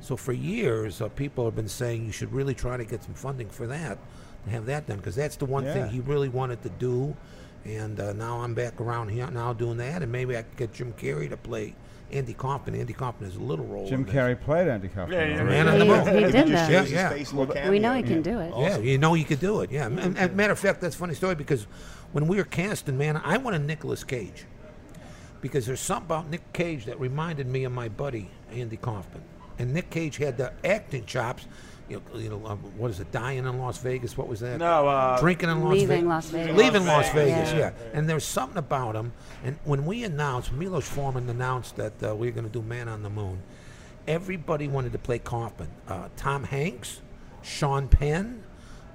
Speaker 1: So for years, uh, people have been saying you should really try to get some funding for that, to have that done, because that's the one
Speaker 2: Yeah.
Speaker 1: thing he really wanted to do. And uh, now I'm back around here now doing that, and maybe I could get Jim Carrey to play Andy Kaufman. Andy Kaufman is a little role.
Speaker 2: Jim
Speaker 1: in this.
Speaker 2: Carrey played Andy Kaufman.
Speaker 4: Yeah, yeah,
Speaker 2: already.
Speaker 1: Man on the
Speaker 3: He,
Speaker 1: moon.
Speaker 3: he
Speaker 6: If
Speaker 3: did
Speaker 6: he just
Speaker 1: Yeah,
Speaker 3: that.
Speaker 6: shows
Speaker 1: yeah.
Speaker 6: his face in a little
Speaker 3: We
Speaker 6: cameo,
Speaker 3: know he can do it.
Speaker 2: Oh,
Speaker 1: Yeah, you know you could do it. Yeah, and, and matter of fact, that's a funny story because when we were casting, man, I wanted Nicolas Cage because there's something about Nick Cage that reminded me of my buddy Andy Kaufman, and Nick Cage had the acting chops. You know, you know um, what is it? Dying in Las Vegas? What was that?
Speaker 4: No, uh,
Speaker 1: drinking in Las
Speaker 3: Leaving
Speaker 1: Ve-
Speaker 3: Las Vegas.
Speaker 1: Leaving
Speaker 4: Las
Speaker 1: Las
Speaker 4: Vegas,
Speaker 1: Vegas.
Speaker 3: yeah.
Speaker 1: Yeah. and there's something about him. And when we announced, Milos Forman announced that uh, we were going to do Man on the Moon. Everybody wanted to play Kaufman. Uh, Tom Hanks, Sean Penn,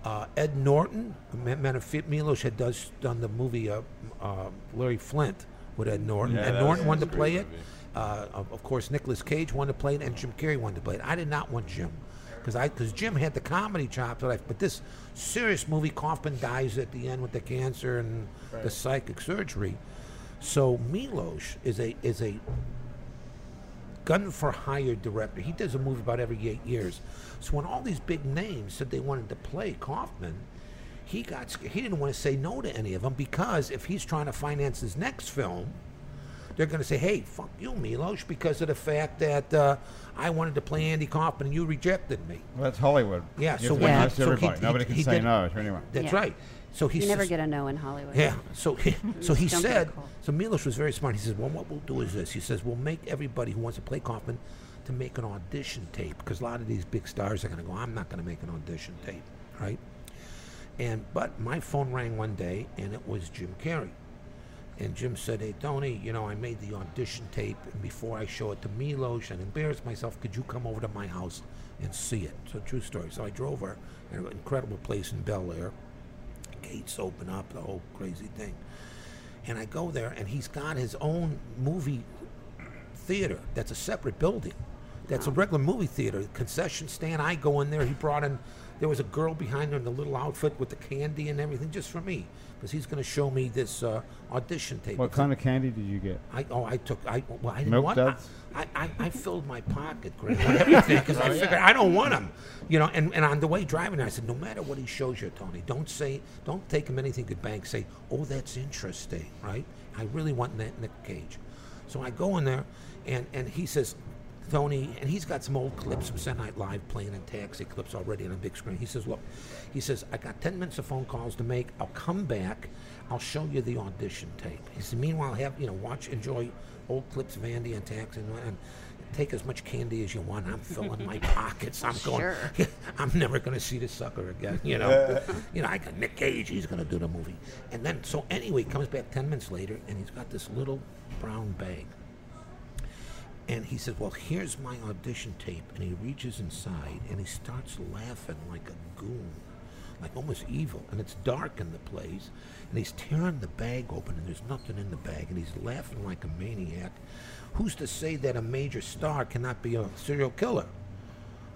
Speaker 1: uh, Ed Norton. Ma- Matter of fact, Milos had does, done the movie uh, uh, Larry Flint with Ed Norton.
Speaker 4: Yeah,
Speaker 1: Ed
Speaker 4: that
Speaker 1: Norton
Speaker 4: was-
Speaker 1: wanted to
Speaker 4: that's a great
Speaker 1: play it.
Speaker 4: movie.
Speaker 1: Uh, of, of course, Nicolas Cage wanted to play it, and Jim Carrey wanted to play it. I did not want Jim because I because Jim had the comedy chops, but, I, but this serious movie, Kaufman dies at the end with the cancer and the psychic surgery. So Milos is a is a gun for hire director. He does a movie about every eight years. So when all these big names said they wanted to play Kaufman, he got sc- he didn't want to say no to any of them because if he's trying to finance his next film, they're going to say, "Hey, fuck you, Milos," because of the fact that uh, I wanted to play Andy Kaufman and you rejected me.
Speaker 2: Well, that's Hollywood.
Speaker 1: Yeah,
Speaker 2: You
Speaker 1: so
Speaker 2: have to
Speaker 1: when
Speaker 2: be
Speaker 3: he-
Speaker 2: nice to
Speaker 1: so he-
Speaker 2: everybody.
Speaker 1: he-
Speaker 2: Nobody can
Speaker 1: he
Speaker 2: say
Speaker 1: did-
Speaker 2: no to anyone.
Speaker 1: That's
Speaker 3: Yeah.
Speaker 1: right. So he
Speaker 3: You never
Speaker 1: sus-
Speaker 3: get a no in Hollywood.
Speaker 1: yeah. So he, so he
Speaker 3: Don't get a
Speaker 1: said.
Speaker 3: call.
Speaker 1: So Milos was very smart. He says, "Well, what we'll do is this." He says, "We'll make everybody who wants to play Kaufman to make an audition tape because a lot of these big stars are going to go. I'm not going to make an audition tape, right?" And but my phone rang one day, and it was Jim Carrey. And Jim said, "Hey Tony, you know I made the audition tape, and before I show it to Milos and embarrass myself, could you come over to my house and see it?" So true story. So I drove her, an incredible place in Bel Air gates open up, the whole crazy thing. And I go there, and he's got his own movie theater that's a separate building. That's a regular movie theater. Concession stand, I go in there. He brought in, there was a girl behind her in the little outfit with the candy and everything just for me, because he's going to show me this uh, audition tape.
Speaker 2: What kind of candy did you get?
Speaker 1: I, oh, I took, I, well, I didn't
Speaker 2: Milk
Speaker 1: want I,
Speaker 2: duds?
Speaker 1: I, I, I filled my pocket, Grant, with everything, because I figured I don't want them. You know, and, and on the way driving, I said, no matter what he shows you, Tony, don't say, don't take him anything good bank. Say, oh, that's interesting, right? I really want that Nick Cage. So I go in there, and, and he says, Tony, and he's got some old clips from Saturday Night Live playing in taxi clips already on a big screen. He says, Look, he says, I got 10 minutes of phone calls to make. I'll come back. I'll show you the audition tape. He said, Meanwhile, have, you know, watch, enjoy old clips of Andy and taxi and, and take as much candy as you want. I'm filling my pockets. I'm going,
Speaker 3: Sure.
Speaker 1: (laughs) I'm never going to see this sucker again. You know, you know, I got Nick Cage. He's going to do the movie, and then so anyway, he comes back ten minutes later, and he's got this little brown bag, and he says, "Well, here's my audition tape," and he reaches inside, and he starts laughing like a goon, like almost evil, and it's dark in the place, and he's tearing the bag open, and there's nothing in the bag, and he's laughing like a maniac. Who's to say that a major star cannot be a serial killer?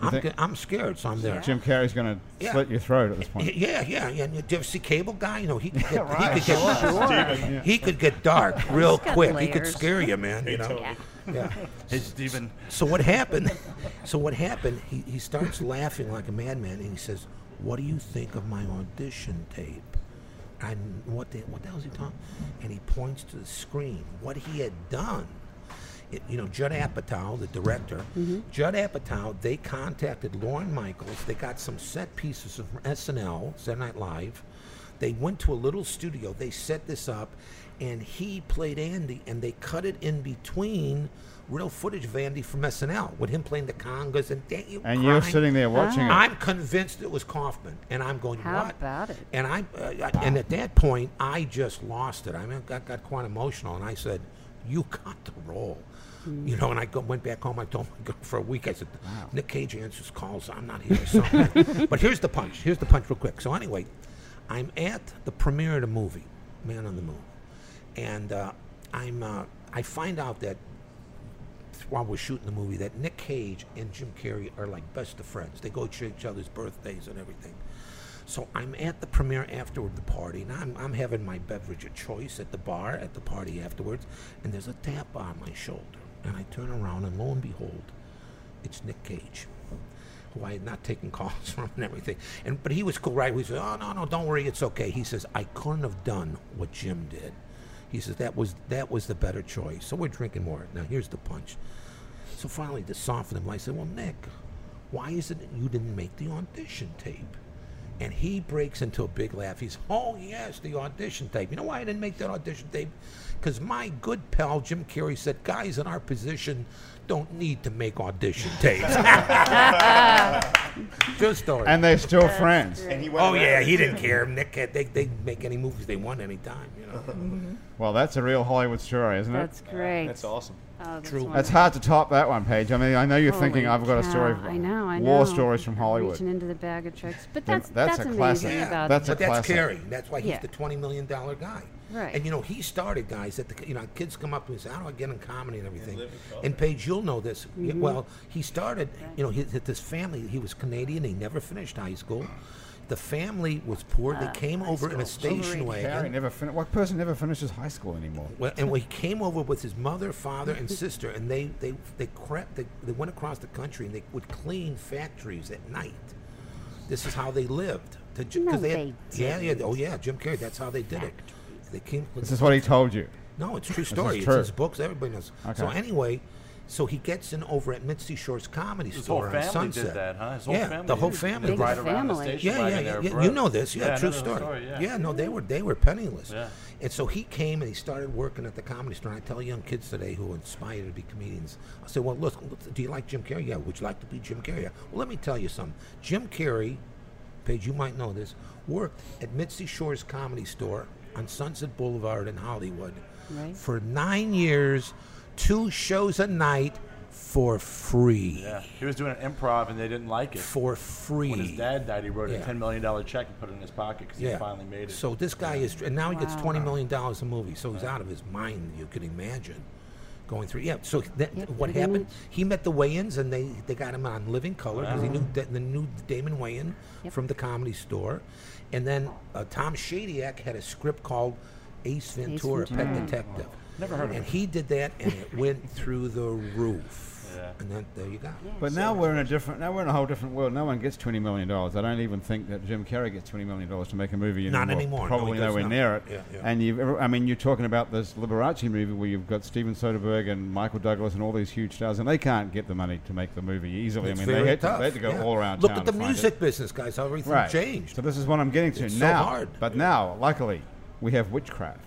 Speaker 1: I'm,
Speaker 2: think-
Speaker 1: g- I'm scared, so I'm there.
Speaker 2: Jim Carrey's going to
Speaker 1: Yeah.
Speaker 2: slit your throat at this
Speaker 1: (laughs) Y-
Speaker 2: point.
Speaker 1: Yeah, yeah, yeah. And you ever see Cable Guy? You know, he could get, he could get, he could get
Speaker 3: (laughs)
Speaker 1: dark real
Speaker 3: got
Speaker 1: quick. He could
Speaker 3: layers.
Speaker 1: scare you, man. You know.
Speaker 3: Yeah.
Speaker 1: Yeah.
Speaker 4: (laughs) Hey, Steven.
Speaker 1: So what happened? So what happened? He, he starts laughing like a madman, and he says, what do you think of my audition tape? And what the, what the hell is he talking? And he points to the screen. What he had done, it, you know, Judd Apatow, the director,
Speaker 3: Mm-hmm.
Speaker 1: Judd Apatow, they contacted Lauren Michaels. They got some set pieces from SNL, Saturday Night Live. They went to a little studio. They set this up, and he played Andy, and they cut it in between real footage of Andy from SNL with him playing the congas and da-
Speaker 2: (laughs) And
Speaker 1: crying.
Speaker 2: you're
Speaker 1: Ah.
Speaker 2: sitting there watching it.
Speaker 1: I'm convinced it was Kaufman, and I'm going.
Speaker 3: How
Speaker 1: what?
Speaker 3: about it?
Speaker 1: And I, uh, I- and at that point, I just lost it. I mean, got got quite emotional, and I said, "You got the role."
Speaker 3: Hmm.
Speaker 1: You know, and I go, went back home. I told my (laughs) girl for a week. I said, "Nick Cage answers calls. I'm not (laughs) here." or something. but here's the punch. Here's the punch, real quick. So anyway, I'm at the premiere of the movie, Man on the Moon, and uh, I'm uh, I find out that while we're shooting the movie that Nick Cage and Jim Carrey are like best of friends. They go to each other's birthdays and everything. So I'm at the premiere afterward, the party, and I'm, I'm having my beverage of choice at the bar at the party afterwards, and there's a tap on my shoulder. And I turn around, and lo and behold, it's Nick Cage, who I had not taken calls (laughs) from and everything. And but he was cool, right? He said, "Oh no, no, don't worry, it's okay." He says, "I couldn't have done what Jim did." He says that was that was the better choice. So we're drinking more. Now here's the punch. So finally, to soften him, I said, "Well, Nick, why is it that you didn't make the audition tape?" And he breaks into a big laugh. He's, "Oh yes, the audition tape. You know why I didn't make that audition tape? Because my good pal Jim Carrey said guys in our position don't need to make audition tapes." True story.
Speaker 2: And they're still friends.
Speaker 6: And he went
Speaker 1: oh
Speaker 6: around
Speaker 1: yeah, he
Speaker 6: it,
Speaker 1: didn't
Speaker 6: too.
Speaker 1: care. Nick, had- they they make any movies they want any time. You know.
Speaker 2: Well, that's a real Hollywood story, isn't it?
Speaker 3: That's great.
Speaker 6: That's awesome.
Speaker 3: Oh, that's
Speaker 1: True.
Speaker 2: That's
Speaker 3: wonderful.
Speaker 2: hard to top that one, Paige. I mean, I know you're thinking
Speaker 3: Holy
Speaker 2: I've got a
Speaker 3: cow.
Speaker 2: story.
Speaker 3: I know, I know.
Speaker 2: War stories from Hollywood.
Speaker 3: Reaching into the bag of tricks, but
Speaker 2: Then
Speaker 3: that's
Speaker 2: that's
Speaker 3: that's,
Speaker 2: a
Speaker 3: amazing
Speaker 2: classic.
Speaker 1: Yeah.
Speaker 3: about
Speaker 2: That's a
Speaker 1: but that's
Speaker 2: classic.
Speaker 1: Carrie. That's why he's
Speaker 3: Yeah.
Speaker 1: the twenty million dollar guy.
Speaker 3: Right.
Speaker 1: And you know he started guys that the, you know kids come up to me and say, "How do I get in comedy and everything?" And Paige, you'll know this. Y- Well, he started. You know, his, his family. He was Canadian. He never finished high school. The family was poor.
Speaker 2: Uh,
Speaker 1: They came over in a station
Speaker 2: Carrie
Speaker 1: wagon.
Speaker 2: never fin- what person never finishes high school anymore?
Speaker 1: Well, and when he came over with his mother, father, and sister, and they they they crept, they, they went across the country, and they would clean factories at night. This is how they lived. To, ju- 'cause
Speaker 3: No,
Speaker 1: had-
Speaker 3: they
Speaker 1: yeah, yeah, oh yeah, Jim Carrey. That's how they did it. They came.
Speaker 2: This is what he told you.
Speaker 1: No, it's a true story.
Speaker 2: true.
Speaker 1: It's his books. Everybody knows. So
Speaker 2: Okay.
Speaker 1: anyway, so he gets in over at Mitzi Shore's comedy
Speaker 4: His whole
Speaker 1: store
Speaker 4: family
Speaker 1: on Sunset.
Speaker 4: did that, huh? His whole
Speaker 1: yeah,
Speaker 4: family
Speaker 1: the whole
Speaker 4: did.
Speaker 1: family.
Speaker 4: They
Speaker 1: did
Speaker 4: ride
Speaker 1: it.
Speaker 4: around the
Speaker 3: Family.
Speaker 4: station
Speaker 1: Yeah, yeah,
Speaker 4: wagon
Speaker 1: yeah,
Speaker 4: there,
Speaker 1: yeah.
Speaker 4: bro.
Speaker 1: You know this. Yeah,
Speaker 4: I
Speaker 1: true
Speaker 4: know the
Speaker 1: story.
Speaker 4: yeah.
Speaker 1: no, they were they were penniless.
Speaker 4: Yeah.
Speaker 1: And so he came and he started working at the comedy store. And I tell young kids today who are inspired to be comedians, I say, well, look, look, do you like Jim Carrey? Yeah. Would you like to be Jim Carrey? Yeah. Well, let me tell you something. Jim Carrey, Paige, you might know this, worked at Mitzi Shore's comedy store on Sunset Boulevard in Hollywood
Speaker 3: Right.
Speaker 1: for nine years, two shows a night for free.
Speaker 4: Yeah. He was doing an improv and they didn't like it.
Speaker 1: For free.
Speaker 4: When his dad died, he wrote a
Speaker 1: Yeah.
Speaker 4: ten million dollar check and put it in his pocket because he finally made it.
Speaker 1: So this guy is, and now he gets
Speaker 3: Wow.
Speaker 1: twenty million dollars a movie. So he's out of his mind. You can imagine going through. Yeah. So that,
Speaker 3: Yep,
Speaker 1: what
Speaker 3: pretty
Speaker 1: happened?
Speaker 3: much.
Speaker 1: He met the Wayans, and they they got him on Living Color because he knew da- the new Damon Wayan
Speaker 3: Yep.
Speaker 1: from the Comedy Store, and then uh, Tom Shadyac had a script called Ace Ventura: Pet Detective. Never heard of And he did that, and it went through the roof.
Speaker 4: Yeah.
Speaker 1: And then there you go.
Speaker 2: But now we're in a different. Now we're in a whole different world. No one gets twenty million dollars. I don't even think that Jim Carrey gets twenty million dollars to make a movie anymore.
Speaker 1: Not anymore. No, he
Speaker 2: Probably
Speaker 1: does
Speaker 2: nowhere
Speaker 1: not.
Speaker 2: near it.
Speaker 1: Yeah, yeah.
Speaker 2: And you, I mean, you're talking about this Liberace movie where you've got Steven Soderbergh and Michael Douglas and all these huge stars, and they can't get the money to make the movie easily.
Speaker 1: It's
Speaker 2: I mean,
Speaker 1: very
Speaker 2: they had, to,
Speaker 1: tough,
Speaker 2: they had to go
Speaker 1: yeah.
Speaker 2: all around
Speaker 1: Look
Speaker 2: town
Speaker 1: at the
Speaker 2: to find it.
Speaker 1: music business, guys. How everything changed.
Speaker 2: So this is what I'm getting to
Speaker 1: It's so
Speaker 2: now.
Speaker 1: hard.
Speaker 2: But now, luckily, we have witchcraft.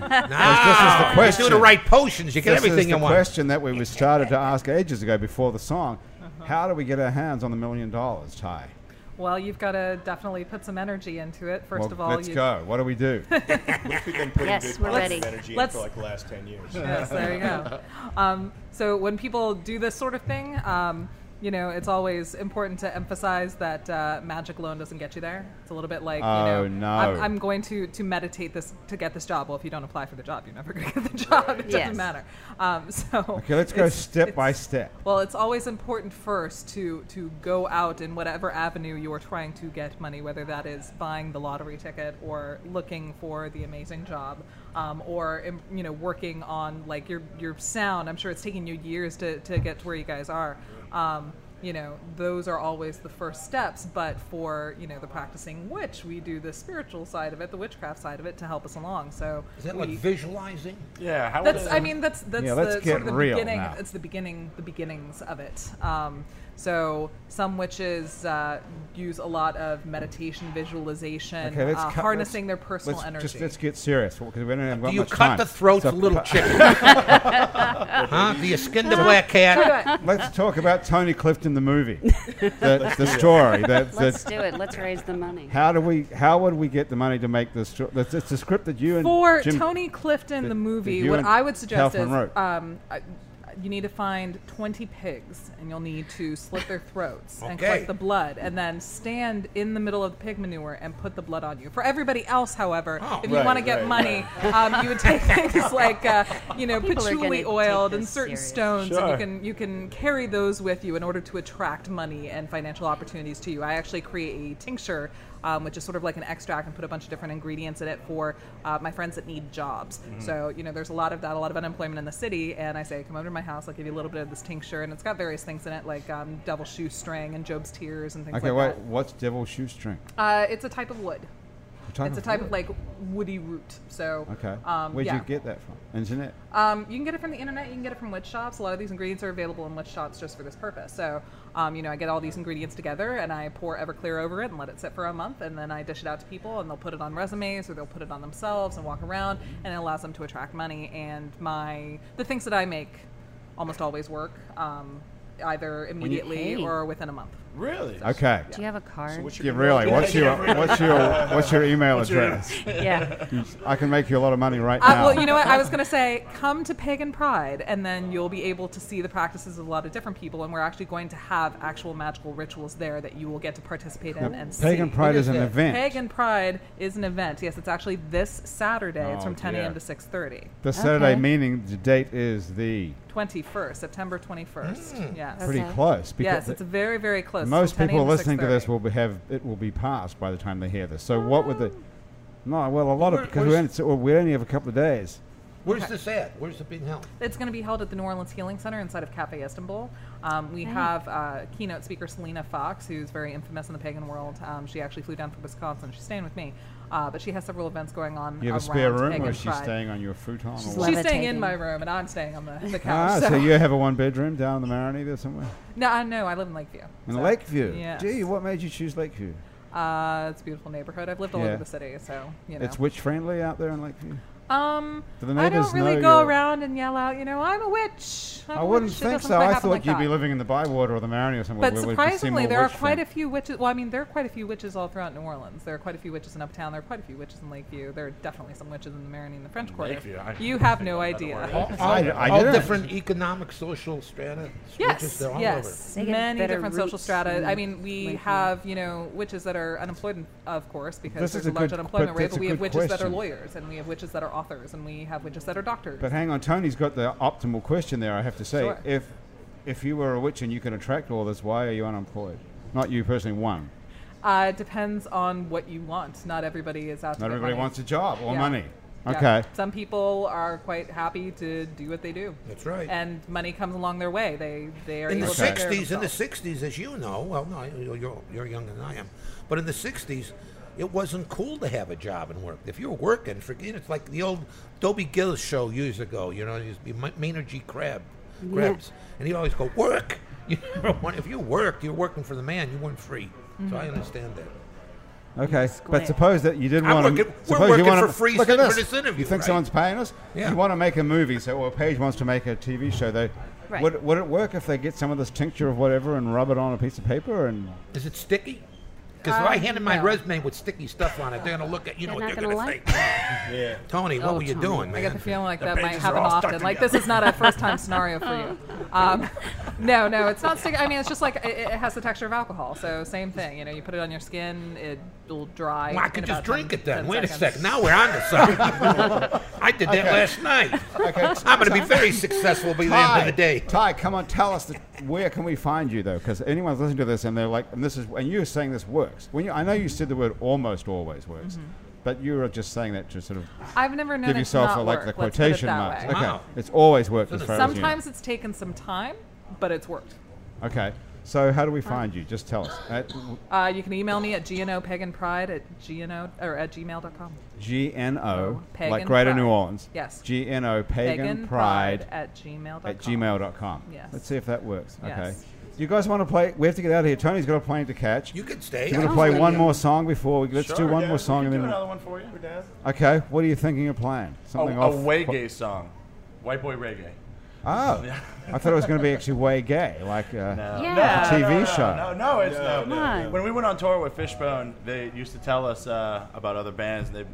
Speaker 1: Now,
Speaker 2: this
Speaker 1: you
Speaker 2: is
Speaker 1: do
Speaker 2: the
Speaker 1: the
Speaker 2: question.
Speaker 1: right potions, you get
Speaker 2: this
Speaker 1: everything
Speaker 2: is the
Speaker 1: you want.
Speaker 2: question that we were started to ask ages ago before the song.
Speaker 5: Uh-huh.
Speaker 2: How do we get our hands on the million dollars, Ty?
Speaker 5: Well, you've got to definitely put some energy into it. First
Speaker 2: well,
Speaker 5: of all,
Speaker 2: let's
Speaker 5: you,
Speaker 2: go. What do we
Speaker 5: (laughs)
Speaker 2: do?
Speaker 6: We've been putting
Speaker 3: Yes,
Speaker 6: good
Speaker 3: we're ready.
Speaker 6: positive energy in
Speaker 5: Let's-
Speaker 6: for like the last 10 years.
Speaker 5: Yes, there you go. Um, so when people do this sort of thing, um, you know, it's always important to emphasize that uh, magic alone doesn't get you there. It's a little bit like, you know,
Speaker 2: Oh, no.
Speaker 5: I'm, I'm going to, to meditate this to get this job. Well, if you don't apply for the job, you're never going to get the job. It doesn't
Speaker 3: Yes.
Speaker 5: matter. Um, so
Speaker 2: Okay, let's go
Speaker 5: it's-
Speaker 2: step by
Speaker 5: it's-
Speaker 2: step.
Speaker 5: well, it's always important first to to go out in whatever avenue you're trying to get money, whether that is buying the lottery ticket or looking for the amazing job, um, or im- you know working on like your your sound. I'm sure it's taking you years to to get to where you guys are. Um, you know those are always the first steps but for you know the practicing witch we do the spiritual side of it the witchcraft side of it to help us along so
Speaker 1: Is that
Speaker 5: we,
Speaker 1: like visualizing?
Speaker 4: Yeah, how
Speaker 5: that's
Speaker 4: does-
Speaker 5: i mean that's that's
Speaker 2: Yeah,
Speaker 5: the,
Speaker 2: let's
Speaker 5: sort
Speaker 2: get
Speaker 5: of the
Speaker 2: real
Speaker 5: beginning
Speaker 2: now.
Speaker 5: it's the beginning the beginnings of it um, so some witches uh, use a lot of meditation visualization
Speaker 2: Okay, let's
Speaker 5: uh,
Speaker 2: cut-
Speaker 5: harnessing
Speaker 2: let's-
Speaker 5: their personal
Speaker 2: let's
Speaker 5: energy
Speaker 2: Just let's get serious because we don't have
Speaker 1: Do
Speaker 2: got
Speaker 1: you
Speaker 2: much
Speaker 1: cut
Speaker 2: time.
Speaker 1: the throats
Speaker 2: So
Speaker 1: of little chickens? (laughs) huh? Do you skin the black
Speaker 5: Anyway,
Speaker 1: cat?
Speaker 2: Let's talk about Tony Clifton the
Speaker 5: (laughs)
Speaker 2: movie, the, the story. That, (laughs)
Speaker 3: Let's
Speaker 2: that
Speaker 3: do it. Let's raise
Speaker 2: (laughs)
Speaker 3: the money.
Speaker 2: how do we? How would we get the money to make this? Sto- that's, it's a script that you and
Speaker 5: for
Speaker 2: Jim,
Speaker 5: Tony Clifton
Speaker 2: that-
Speaker 5: the,
Speaker 2: that
Speaker 5: movie,
Speaker 2: you
Speaker 5: what
Speaker 2: and
Speaker 5: I would suggest
Speaker 2: Kaufman
Speaker 5: is
Speaker 2: wrote.
Speaker 5: um, I- you need to find 20 pigs and you'll need to slit their throats and
Speaker 1: Okay.
Speaker 5: collect the blood and then stand in the middle of the pig manure and put the blood on you. For everybody else, however,
Speaker 1: Oh.
Speaker 5: if you
Speaker 6: Right,
Speaker 5: want to get
Speaker 6: right,
Speaker 5: money, um, you would take (laughs) things like uh, you know
Speaker 3: People are gonna
Speaker 5: patchouli
Speaker 3: take
Speaker 5: oiled
Speaker 3: this
Speaker 5: and certain
Speaker 3: serious.
Speaker 5: stones and you
Speaker 4: Sure.
Speaker 5: can you can carry those with you in order to attract money and financial opportunities to you. I actually create a tincture, um, which is sort of like an extract, and put a bunch of different ingredients in it for uh, my friends that need jobs. So you know, there's a lot of that, a lot of unemployment in the city, and I say, come over to my house. I'll give you a little bit of this tincture, and it's got various things in it, like um, devil shoestring and Job's tears and things
Speaker 2: Okay,
Speaker 5: like
Speaker 2: wait. What's devil shoestring?
Speaker 5: that. Uh, it's a type of wood.
Speaker 2: A type
Speaker 5: it's
Speaker 2: of
Speaker 5: a type
Speaker 2: wood?
Speaker 5: of like woody root. So
Speaker 2: Okay.
Speaker 5: um,
Speaker 2: Where'd
Speaker 5: yeah.
Speaker 2: you get that from? Internet.
Speaker 5: Um, you can get it from the internet. You can get it from witch shops. A lot of these ingredients are available in witch shops just for this purpose. So, um, you know, I get all these ingredients together and I pour Everclear over it and let it sit for a month, and then I dish it out to people, and they'll put it on resumes or they'll put it on themselves and walk around, and it allows them to attract money. And my the things that I make almost always work, um, either immediately
Speaker 3: pay.
Speaker 5: or within a month.
Speaker 4: Really?
Speaker 2: Okay.
Speaker 3: Do you have a card?
Speaker 6: What's your
Speaker 2: Yeah, really. What's your what's your what's your email address?
Speaker 3: yeah.
Speaker 2: I can make you a lot of money right
Speaker 5: Uh,
Speaker 2: now.
Speaker 5: well, you know what? I was going to say, come to Pagan Pride, and then you'll be able to see the practices of a lot of different people, and we're actually going to have actual magical rituals there that you will get to participate in
Speaker 2: Now,
Speaker 5: and see.
Speaker 2: Pagan Pride is an event.
Speaker 5: Pagan Pride is an event. Yes, it's actually this Saturday. it's
Speaker 2: Oh,
Speaker 5: from 10 a.m.
Speaker 2: dear.
Speaker 5: to 6:30.
Speaker 2: the Saturday
Speaker 3: Okay.
Speaker 2: meaning the date is the
Speaker 5: 21st, September 21st.
Speaker 2: Hmm.
Speaker 5: Yes.
Speaker 2: pretty
Speaker 3: Okay.
Speaker 2: close
Speaker 5: Yes,
Speaker 2: the-
Speaker 5: it's very, very close. It's
Speaker 2: most
Speaker 5: from 10
Speaker 2: people
Speaker 5: a.m.
Speaker 2: listening to this
Speaker 5: 6:30.
Speaker 2: will be have it will be passed by the time they hear this. So what would
Speaker 5: Oh.
Speaker 2: the no? Well, a lot of
Speaker 1: Where-
Speaker 2: because we
Speaker 1: where's-
Speaker 2: only, so we only have a couple of days.
Speaker 1: Where's this at? Where's it being held?
Speaker 5: It's going to be held at the New Orleans Healing Center inside of Cafe Istanbul. Um, we have uh, keynote speaker Selena Fox, who's very infamous in the pagan world. Um, she actually flew down from Wisconsin. She's staying with me, uh, but she has several events going on.
Speaker 2: You have a
Speaker 5: around
Speaker 2: spare room,
Speaker 5: Pagan
Speaker 2: or is she
Speaker 5: Pride.
Speaker 2: staying on your futon? or
Speaker 3: She's
Speaker 2: what?
Speaker 3: like-
Speaker 5: She's staying
Speaker 3: Levitating.
Speaker 5: in my room, and I'm staying on the, the couch.
Speaker 2: ah,
Speaker 5: so.
Speaker 2: so you have a one bedroom down in the Marini there somewhere
Speaker 5: no, I know. I live in Lakeview.
Speaker 2: in
Speaker 5: so.
Speaker 2: Lakeview.
Speaker 5: Yes.
Speaker 2: Gee, what made you choose Lakeview?
Speaker 5: Uh, it's a beautiful neighborhood. I've lived all
Speaker 2: Yeah.
Speaker 5: over the city, so you know.
Speaker 2: It's witch friendly out there in Lakeview.
Speaker 5: um,
Speaker 2: Do the
Speaker 5: I
Speaker 2: neighbors
Speaker 5: don't really
Speaker 2: know
Speaker 5: go
Speaker 2: you're-
Speaker 5: around and yell out. You know, I'm a witch. I'm
Speaker 2: I
Speaker 5: a
Speaker 2: wouldn't
Speaker 5: witch. It
Speaker 2: think
Speaker 5: doesn't
Speaker 2: so.
Speaker 5: quite
Speaker 2: I
Speaker 5: happen
Speaker 2: thought
Speaker 5: like
Speaker 2: you'd
Speaker 5: that.
Speaker 2: be living in the Bywater or the Marini or somewhere.
Speaker 5: But
Speaker 2: where we'd see
Speaker 5: surprisingly,
Speaker 2: more
Speaker 5: there are
Speaker 2: witch
Speaker 5: quite a
Speaker 2: things.
Speaker 5: few witches. Well, I mean, there are quite a few witches all throughout New Orleans. There are quite a few witches in Uptown. There are quite a few witches in Lakeview. There are definitely some witches in the Marini and the French Quarter.
Speaker 4: Lakeview, I-
Speaker 2: (laughs)
Speaker 5: you have no
Speaker 4: I don't
Speaker 5: idea.
Speaker 4: worry.
Speaker 1: All,
Speaker 2: I- I
Speaker 1: all
Speaker 2: didn't.
Speaker 1: different economic, social strata. switches,
Speaker 5: Yes,
Speaker 1: They're all
Speaker 5: yes,
Speaker 3: They get
Speaker 5: many
Speaker 3: better
Speaker 5: different social
Speaker 3: roots
Speaker 5: strata.
Speaker 3: in
Speaker 5: I mean, we
Speaker 3: Lakeview.
Speaker 5: have you know witches that are unemployed, of course, because
Speaker 2: This
Speaker 5: there's
Speaker 2: is a
Speaker 5: a large
Speaker 2: good-
Speaker 5: unemployment
Speaker 2: but
Speaker 5: rate.
Speaker 2: that's
Speaker 5: But
Speaker 2: a
Speaker 5: we have
Speaker 2: good
Speaker 5: witches that are
Speaker 2: question.
Speaker 5: lawyers, and we have witches that are authors, and we have witches that are doctors.
Speaker 2: But hang on, Tony's got the optimal question there. I have to say,
Speaker 5: Sure.
Speaker 2: if if you were a witch and you could attract all this, why are you unemployed? Not you personally, one.
Speaker 5: uh, it depends on what you want. Not everybody is out. to
Speaker 2: Not
Speaker 5: get
Speaker 2: everybody
Speaker 5: money.
Speaker 2: wants a job or
Speaker 5: Yeah.
Speaker 2: money.
Speaker 5: Yeah.
Speaker 2: Okay.
Speaker 5: Some people are quite happy to do what they do.
Speaker 1: That's right.
Speaker 5: And money comes along their way. They they are
Speaker 1: in the
Speaker 5: able to take care of
Speaker 1: 60s in the
Speaker 5: themselves.
Speaker 1: 60s as you know well no you- you're, you're younger than i am but in the 60s it wasn't cool to have a job and work if you were working forget it's like the old dobie gillis show years ago you know it used to be Ma- maynard g crab crabs and he'd always go work (laughs) you never want, if you worked you're working for the man you weren't free so
Speaker 3: Mm-hmm.
Speaker 1: i understand that
Speaker 2: Okay.
Speaker 3: square.
Speaker 2: But suppose that you didn't
Speaker 1: I'm
Speaker 2: want to.
Speaker 1: working- we're working for free
Speaker 2: look at
Speaker 1: for
Speaker 2: this.
Speaker 1: this interview,
Speaker 2: You think
Speaker 1: right?
Speaker 2: someone's paying us?
Speaker 1: Yeah.
Speaker 2: You want to make a movie, so or Paige wants to make a TV show. They
Speaker 3: Right.
Speaker 2: would would it work if they get some of this tincture of whatever and rub it on a piece of paper and
Speaker 1: is it sticky because if I
Speaker 5: Um,
Speaker 1: hand in my
Speaker 5: no.
Speaker 1: resume with sticky stuff on it, they're gonna look at you know
Speaker 3: Uh, They're
Speaker 1: what
Speaker 3: not
Speaker 1: they're gonna,
Speaker 3: gonna
Speaker 1: think.
Speaker 6: Yeah.
Speaker 1: Tony, what
Speaker 3: Oh,
Speaker 1: were you
Speaker 3: Tony.
Speaker 1: doing,
Speaker 5: I
Speaker 1: man?
Speaker 5: get the feeling like that might
Speaker 4: pages are
Speaker 5: happen
Speaker 4: all stuck
Speaker 5: often. Like this is not a first-time scenario
Speaker 1: (laughs)
Speaker 5: for you. Um, no, no, it's not sticking. I mean, it's just like it, it has the texture of alcohol. So same thing. You know, you put it on your skin, it'll dry.
Speaker 1: Well, I
Speaker 5: in
Speaker 1: could
Speaker 5: about
Speaker 1: just drink
Speaker 5: 10
Speaker 1: it then.
Speaker 5: 10
Speaker 1: Wait
Speaker 5: seconds.
Speaker 1: a sec. Now we're on to
Speaker 5: (laughs)
Speaker 1: something. I did that last night.
Speaker 2: okay?
Speaker 1: I'm going to be very successful by the end of the day.
Speaker 2: Ty, come on, tell us the, where can we find you though? Because anyone's listening to this and they're like, and this is, and you're saying this works. When you, I know you said the word almost always works,
Speaker 5: Mm-hmm.
Speaker 2: but you were just saying that to sort of
Speaker 5: I've never known
Speaker 2: give
Speaker 5: it
Speaker 2: yourself
Speaker 5: not
Speaker 2: a, like
Speaker 5: work.
Speaker 2: the
Speaker 5: Let's put it
Speaker 2: quotation uh,
Speaker 5: that
Speaker 2: marks.
Speaker 5: way.
Speaker 2: Okay,
Speaker 1: Wow.
Speaker 2: it's always worked as
Speaker 1: So
Speaker 2: far
Speaker 5: Sometimes it's taken some time, but it's worked.
Speaker 2: as you know. Okay, So how do we find you? Just tell us. At
Speaker 5: Uh, you can email me at gnopaganpride at gno or at gmail.com.
Speaker 2: GNO,
Speaker 5: Oh, Pagan
Speaker 2: like Greater
Speaker 5: Pride.
Speaker 2: New Orleans.
Speaker 5: Yes.
Speaker 2: GNO Pagan, Pride
Speaker 5: at gmail.com.
Speaker 2: at gmail.com.
Speaker 5: Yes.
Speaker 2: Let's see if that works.
Speaker 5: Yes.
Speaker 2: Okay. You guys want to play? We have to get out of here. Tony's got a plane to catch.
Speaker 1: You could stay.
Speaker 2: You want to play one more song before we. Let's do one more song and
Speaker 4: do
Speaker 2: then.
Speaker 4: another one for you.
Speaker 2: Okay. What are you thinking of playing?
Speaker 4: A,
Speaker 2: Something
Speaker 4: Oh, a
Speaker 2: off.
Speaker 4: way gay song, white boy reggae. (laughs)
Speaker 2: Oh. I thought it was going to be actually way gay, like uh,
Speaker 3: Yeah.
Speaker 2: TV
Speaker 4: no, no,
Speaker 2: show.
Speaker 4: No, no, it's no.
Speaker 3: Come on.
Speaker 4: When we went on tour with Fishbone, they used to tell us uh, about other bands, and they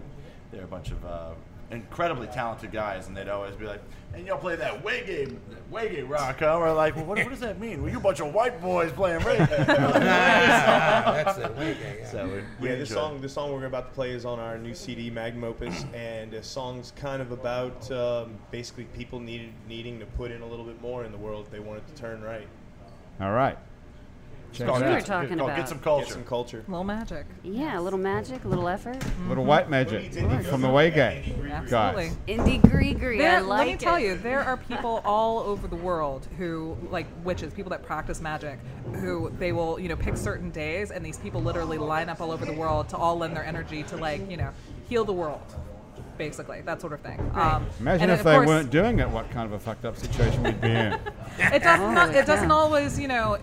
Speaker 4: they're a bunch of uh, incredibly talented guys, and they'd always be like, "And y'all play that reggae, reggae rock?" Huh? We're like, well, what, what does that mean? Well, you bunch of white boys
Speaker 2: (laughs)
Speaker 4: playing reggae."
Speaker 1: Ah, That's it. Way gay, yeah.
Speaker 4: so we, we
Speaker 6: yeah, the
Speaker 4: enjoy
Speaker 6: song the song we're about to play is on our new CD, Magnum Opus, (clears throat) and the song's kind of about um, basically people needed needing to put in a little bit more in the world if they wanted to turn right,
Speaker 2: All right. Check
Speaker 4: It's called
Speaker 2: it
Speaker 3: We were
Speaker 2: out.
Speaker 4: Get-
Speaker 3: talking
Speaker 4: it's called
Speaker 3: about-
Speaker 4: Get some
Speaker 6: get
Speaker 4: culture.
Speaker 6: some culture.
Speaker 5: Little magic.
Speaker 3: Yeah, a little magic, a little effort.
Speaker 2: Little white magic from the way gay
Speaker 5: Mm-hmm. Absolutely.
Speaker 2: guys.
Speaker 3: Indie gree gree. I
Speaker 5: There,
Speaker 3: like
Speaker 5: let me
Speaker 3: it.
Speaker 5: tell you, there are
Speaker 3: (laughs)
Speaker 5: people all over the world who, like witches, people that practice magic, who they will, you know, pick certain days, and these people literally line up all over the world to all lend their energy to, like, you know, heal the world, basically, that sort of thing. Um,
Speaker 2: Imagine
Speaker 5: and
Speaker 2: if
Speaker 5: of
Speaker 2: they
Speaker 5: course-
Speaker 2: weren't doing it, what kind of a fucked up situation we'd be in.
Speaker 5: It doesn't.
Speaker 3: Oh,
Speaker 5: it doesn't
Speaker 3: yeah.
Speaker 5: always, you know.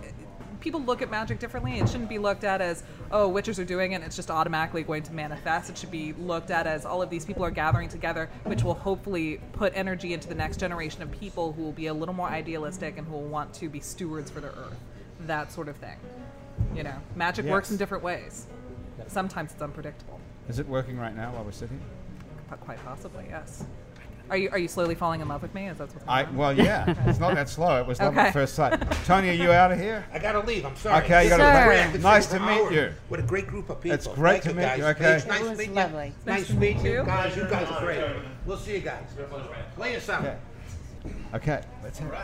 Speaker 5: People look at magic differently. It shouldn't be looked at as, oh, witches are doing it. and It's just automatically going to manifest. It should be looked at as all of these people are gathering together, which will hopefully put energy into the next generation of people who will be a little more idealistic and who will want to be stewards for their earth. That sort of thing. You know, magic works
Speaker 2: Yes.
Speaker 5: in different ways. Sometimes it's unpredictable,
Speaker 2: Is it working right now while we're sitting?
Speaker 5: but quite possibly, yes. Are you are you slowly falling in love with me? Is that what's
Speaker 2: I
Speaker 5: going on?
Speaker 2: well, yeah. It's not that slow. It was love
Speaker 5: Okay.
Speaker 2: at first sight. Tony, are you out of here?
Speaker 1: I gotta leave. I'm sorry.
Speaker 2: Okay, you gotta-
Speaker 1: This is
Speaker 3: Sir.
Speaker 1: grand. This
Speaker 2: Nice
Speaker 1: is
Speaker 2: to
Speaker 1: an
Speaker 2: meet
Speaker 1: hour
Speaker 2: you.
Speaker 1: With a great group of people.
Speaker 2: It's
Speaker 1: Thank
Speaker 2: great to
Speaker 1: you
Speaker 2: meet
Speaker 1: guys.
Speaker 2: you, okay.
Speaker 1: Paige, nice
Speaker 3: It was
Speaker 1: meeting
Speaker 3: lovely.
Speaker 1: Nice,
Speaker 5: Nice to
Speaker 1: meeting
Speaker 5: meet you.
Speaker 1: guys. You guys are great. We'll see you guys. Play us out.
Speaker 2: Okay, let's have it.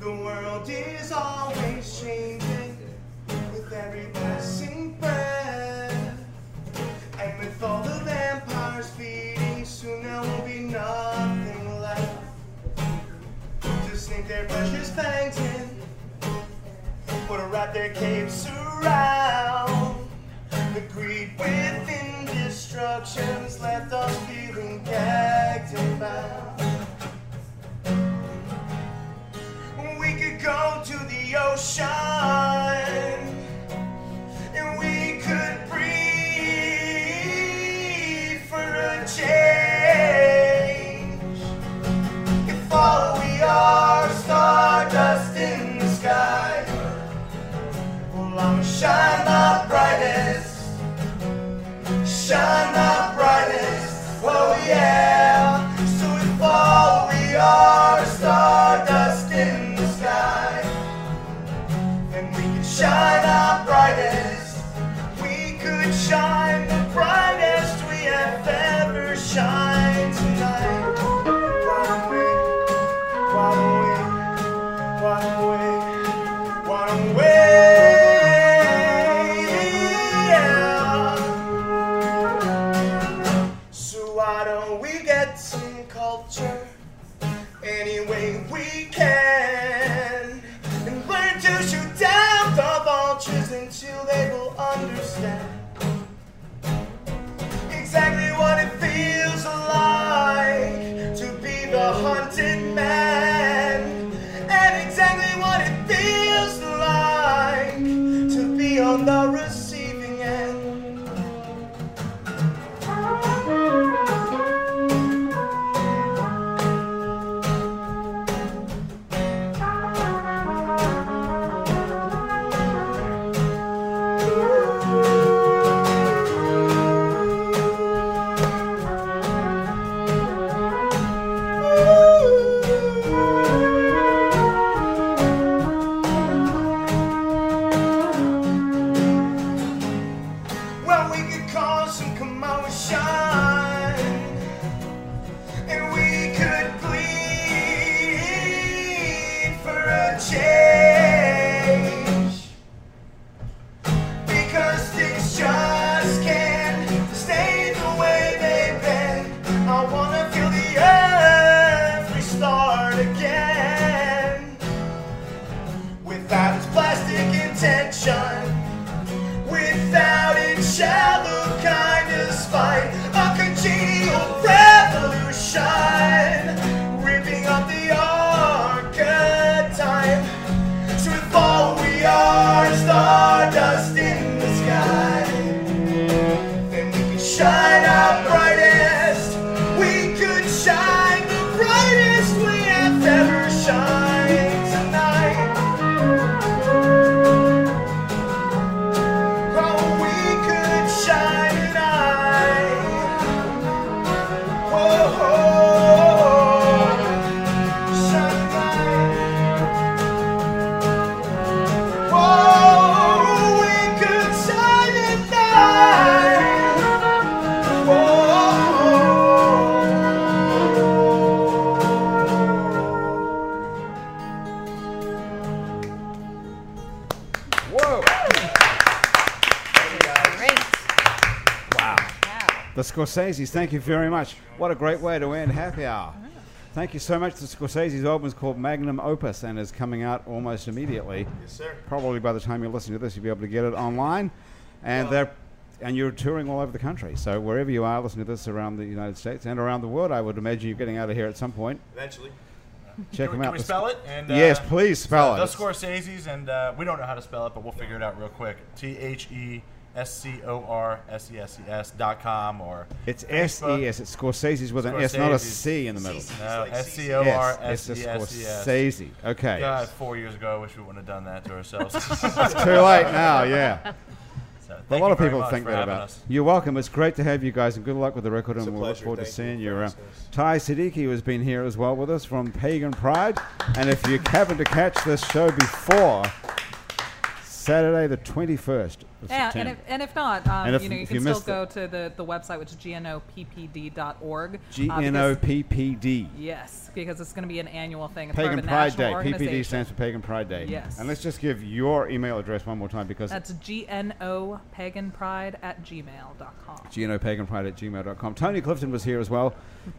Speaker 7: The world is always changing with every passing breath. And with all the vampires feeding, soon there will be nothing left. To sink their precious fangs in, or to wrap their capes around. The greed within destructions left us feeling gagged and bound. We could go to the ocean and we could breathe for a change. If all we are stardust in the sky, well, I'ma shine my brightest, shine my brightest. Oh yeah. So if all we are stardust in the sky, then we could shine our brightest. We could shine the brightest we have ever shined tonight. Why don't we? Why don't we? Why don't we? Why don't we? Yeah. So why don't we get some culture any way we can? And learn to shoot down the vultures until they will understand exactly what it feels like to be the hunted man, and exactly what it feels like to be on the receiving end. attention. Without it shall the kindness fight a congenial revolution, ripping up the archetype. So if all we are stardust in the sky, then we can shine our brightest. We could shine the brightest we have ever shined tonight. Oh, we could shine an eye. Whoa, shine a light. Whoa, we could shine an eye. Whoa.
Speaker 2: Whoa!
Speaker 5: Great.
Speaker 2: The Scorsese's, thank you very much. What a great way to end Happy Hour. Thank you so much. The Scorsese's album is called Magnum Opus and is coming out almost immediately.
Speaker 6: Yes, sir.
Speaker 2: Probably by the time you listen to this, you'll be able to get it online. And they're and you're touring all over the country. So wherever you are, listening to this around the United States and around the world, I would imagine you're getting out of here at some point.
Speaker 6: Eventually.
Speaker 2: Check them
Speaker 4: Can we,
Speaker 2: out.
Speaker 4: can we
Speaker 2: The-
Speaker 4: spell it? And, uh,
Speaker 2: yes, please spell
Speaker 4: The
Speaker 2: it.
Speaker 4: Scorsese's, and uh, we don't know how to spell it, but we'll figure it out real quick. T H E S C O R S E S E S dot com or
Speaker 2: It's S E S. It's Scorsese's with an S, not a
Speaker 4: Scorsese's.
Speaker 2: C in the middle.
Speaker 4: no,
Speaker 6: like
Speaker 4: S C
Speaker 6: CC.
Speaker 4: O R
Speaker 2: Yes,
Speaker 4: S
Speaker 2: it's
Speaker 4: E
Speaker 2: the
Speaker 4: S E S.
Speaker 2: Scorsese. Okay.
Speaker 4: God, four years ago, I wish we wouldn't have done that to
Speaker 2: (laughs)
Speaker 4: ourselves. so,
Speaker 2: Too late now, yeah.
Speaker 4: thank
Speaker 2: a lot
Speaker 4: you
Speaker 2: of
Speaker 4: very
Speaker 2: people
Speaker 4: much
Speaker 2: think
Speaker 4: for
Speaker 2: that
Speaker 4: having
Speaker 2: about.
Speaker 4: us.
Speaker 2: You're welcome. It's great to have you guys, and good luck with the record.
Speaker 6: It's
Speaker 2: and
Speaker 6: a
Speaker 2: we'll
Speaker 6: pleasure.
Speaker 2: look forward to
Speaker 6: Thank
Speaker 2: seeing
Speaker 6: you
Speaker 2: you
Speaker 6: for
Speaker 2: around.
Speaker 6: hosting us.
Speaker 2: Ty Siddiqui has been here as well with us from Pagan Pride, and if you happen to catch this show before Saturday, the 21st of
Speaker 5: Yeah, and
Speaker 2: September.
Speaker 5: if, and if not, um,
Speaker 2: And if-
Speaker 5: you know, you
Speaker 2: if
Speaker 5: can
Speaker 2: you
Speaker 5: still
Speaker 2: missed
Speaker 5: go
Speaker 2: it.
Speaker 5: to the, the website, which is gnoppd.org.
Speaker 2: G
Speaker 5: uh,
Speaker 2: N O
Speaker 5: because-
Speaker 2: P P D.
Speaker 5: Yes, because it's going to be an annual thing. It's part
Speaker 2: Pagan
Speaker 5: of a
Speaker 2: Pride Day.
Speaker 5: national
Speaker 2: PPD
Speaker 5: organization.
Speaker 2: stands for Pagan Pride Day.
Speaker 5: Yes.
Speaker 2: And let's just give your email address one more time because
Speaker 5: That's gno paganpride at gmail.com.
Speaker 2: genopaganpride at gmail.com. Tony Clifton was here as well,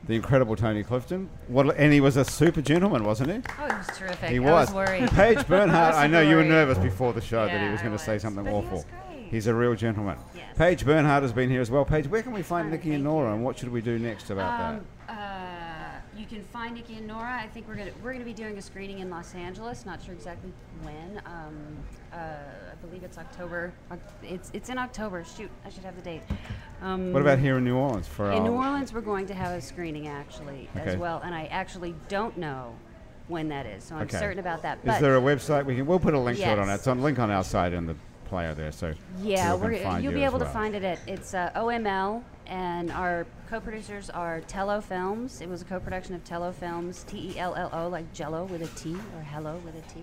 Speaker 2: the incredible Tony Clifton. What, and he was a super gentleman, wasn't he?
Speaker 8: Oh, it was terrific.
Speaker 2: He
Speaker 8: I
Speaker 2: was.
Speaker 8: was
Speaker 2: (laughs)
Speaker 8: worried.
Speaker 2: Paige Bernhardt,
Speaker 3: (laughs)
Speaker 8: was
Speaker 2: I know you were
Speaker 8: worried.
Speaker 2: nervous before the show that he
Speaker 8: Yeah,
Speaker 2: was going
Speaker 8: I
Speaker 2: to say
Speaker 8: was.
Speaker 2: something
Speaker 8: But he was
Speaker 2: awful.
Speaker 8: great.
Speaker 2: He's a real gentleman.
Speaker 8: Yes.
Speaker 2: Paige Bernhardt has been here as well. Paige, where can we find
Speaker 3: Hi,
Speaker 2: Nikki and
Speaker 3: thank
Speaker 2: Nora, and what should we do next about
Speaker 3: Um, uh, you can find Nikki and Nora. I think we're gonna we're gonna be doing a screening in Los Angeles. Not sure exactly when. Um, uh, I believe it's October. Oc- It's it's in October. Shoot, I should have the date. Um,
Speaker 2: that? What about here in New Orleans for
Speaker 3: in
Speaker 2: our
Speaker 3: New Orleans? We're going to have a screening actually
Speaker 2: Okay.
Speaker 3: as well, and I actually don't know when that is, so I'm
Speaker 2: Okay.
Speaker 3: certain about that.
Speaker 2: Is
Speaker 3: But
Speaker 2: there a website we can? We'll put a link to it on
Speaker 3: Yes.
Speaker 2: It's on link on our side in the player there. So
Speaker 3: yeah,
Speaker 2: people can
Speaker 3: we're,
Speaker 2: find
Speaker 3: you'll
Speaker 2: you
Speaker 3: be
Speaker 2: as
Speaker 3: able to
Speaker 2: well.
Speaker 3: find it at it's uh, OML, and our co-producers are Tello Films. It was a co-production of Tello Films, T E L L O, like Jello with a T or Hello with a T,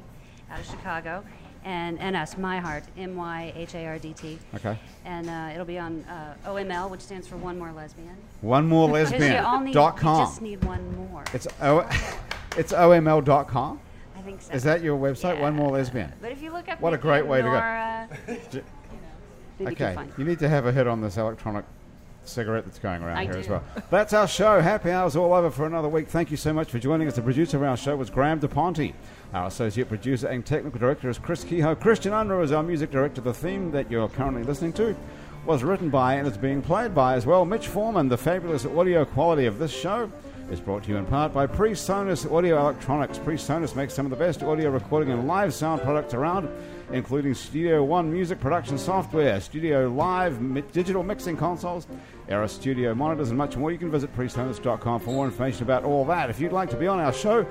Speaker 3: out of Chicago, and and us, My Heart, M Y H A R D T.
Speaker 2: Okay.
Speaker 3: And uh, it'll be on uh, OML, which stands for One More Lesbian.
Speaker 2: One more
Speaker 3: (laughs) 'Cause you all
Speaker 2: lesbian
Speaker 3: need, you
Speaker 2: dot
Speaker 3: just
Speaker 2: com.
Speaker 3: need one more.
Speaker 2: It's o- (laughs) it's oml dot com.
Speaker 3: I think so.
Speaker 2: Is that your website? One more lesbian.
Speaker 3: But if you look up
Speaker 2: What a
Speaker 3: Nikki
Speaker 2: great
Speaker 3: and
Speaker 2: way to go. (laughs)
Speaker 3: Nora, you know, then you
Speaker 2: Okay,
Speaker 3: can find
Speaker 2: you need to have a hit on this electronic cigarette that's going around
Speaker 3: I
Speaker 2: here
Speaker 3: do.
Speaker 2: as well. That's our show. Happy hours all over for another week. Thank you so much for joining us. The producer of our show was Graham DePonte. Our associate producer and technical director is Chris Kehoe. Christian Unruh is our music director. The theme that you're currently listening to was written by and is being played by as well Mitch Foreman. The fabulous audio quality of this show is brought to you in part by PreSonus Audio Electronics. PreSonus makes some of the best audio recording and live sound products around, including Studio One music production software, Studio Live mi- digital mixing consoles, Era Studio monitors, and much more. You can visit PreSonus.com for more information about all that. If you'd like to be on our show,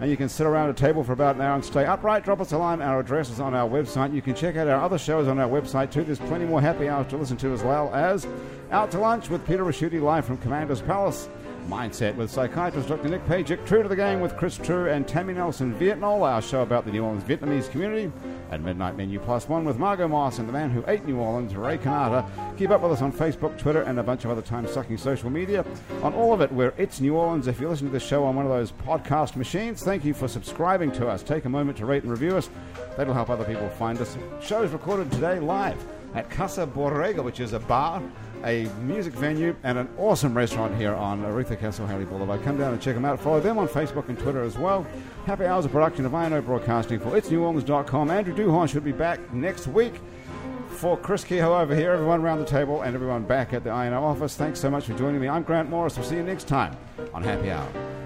Speaker 2: and you can sit around a table for about an hour and stay upright. Drop us a line. Our address is on our website. You can check out our other shows on our website too. There's plenty more happy hours to listen to as well as Out to Lunch with Peter Raschuti live from Commander's Palace. Mindset with psychiatrist Dr. Nick Pajic, True to the Game with Chris True and Tammy Nelson, Vietnam, our show about the New Orleans Vietnamese community, and Midnight Menu Plus One with Margot Moss and the man who ate New Orleans, Ray Canada. Keep up with us on Facebook, Twitter, and a bunch of other time sucking social media. On all of it, we're It's New Orleans. If you listen to this show on one of those podcast machines, thank you for subscribing to us. Take a moment to rate and review us. That'll help other people find us. Shows recorded today live at Casa Borrega, which is a bar, a music venue, and an awesome restaurant here on Aretha Aretha Castle, Haley Boulevard. Come down and check them out. Follow them on Facebook and Twitter as well. Happy Hours, a production of INO Broadcasting for it'sneworleans.com. Andrew Duhon should be back next week. For Chris Kehoe over here, everyone around the table, and everyone back at the INO office, thanks so much for joining me. I'm Grant Morris. We'll see you next time on Happy Hour.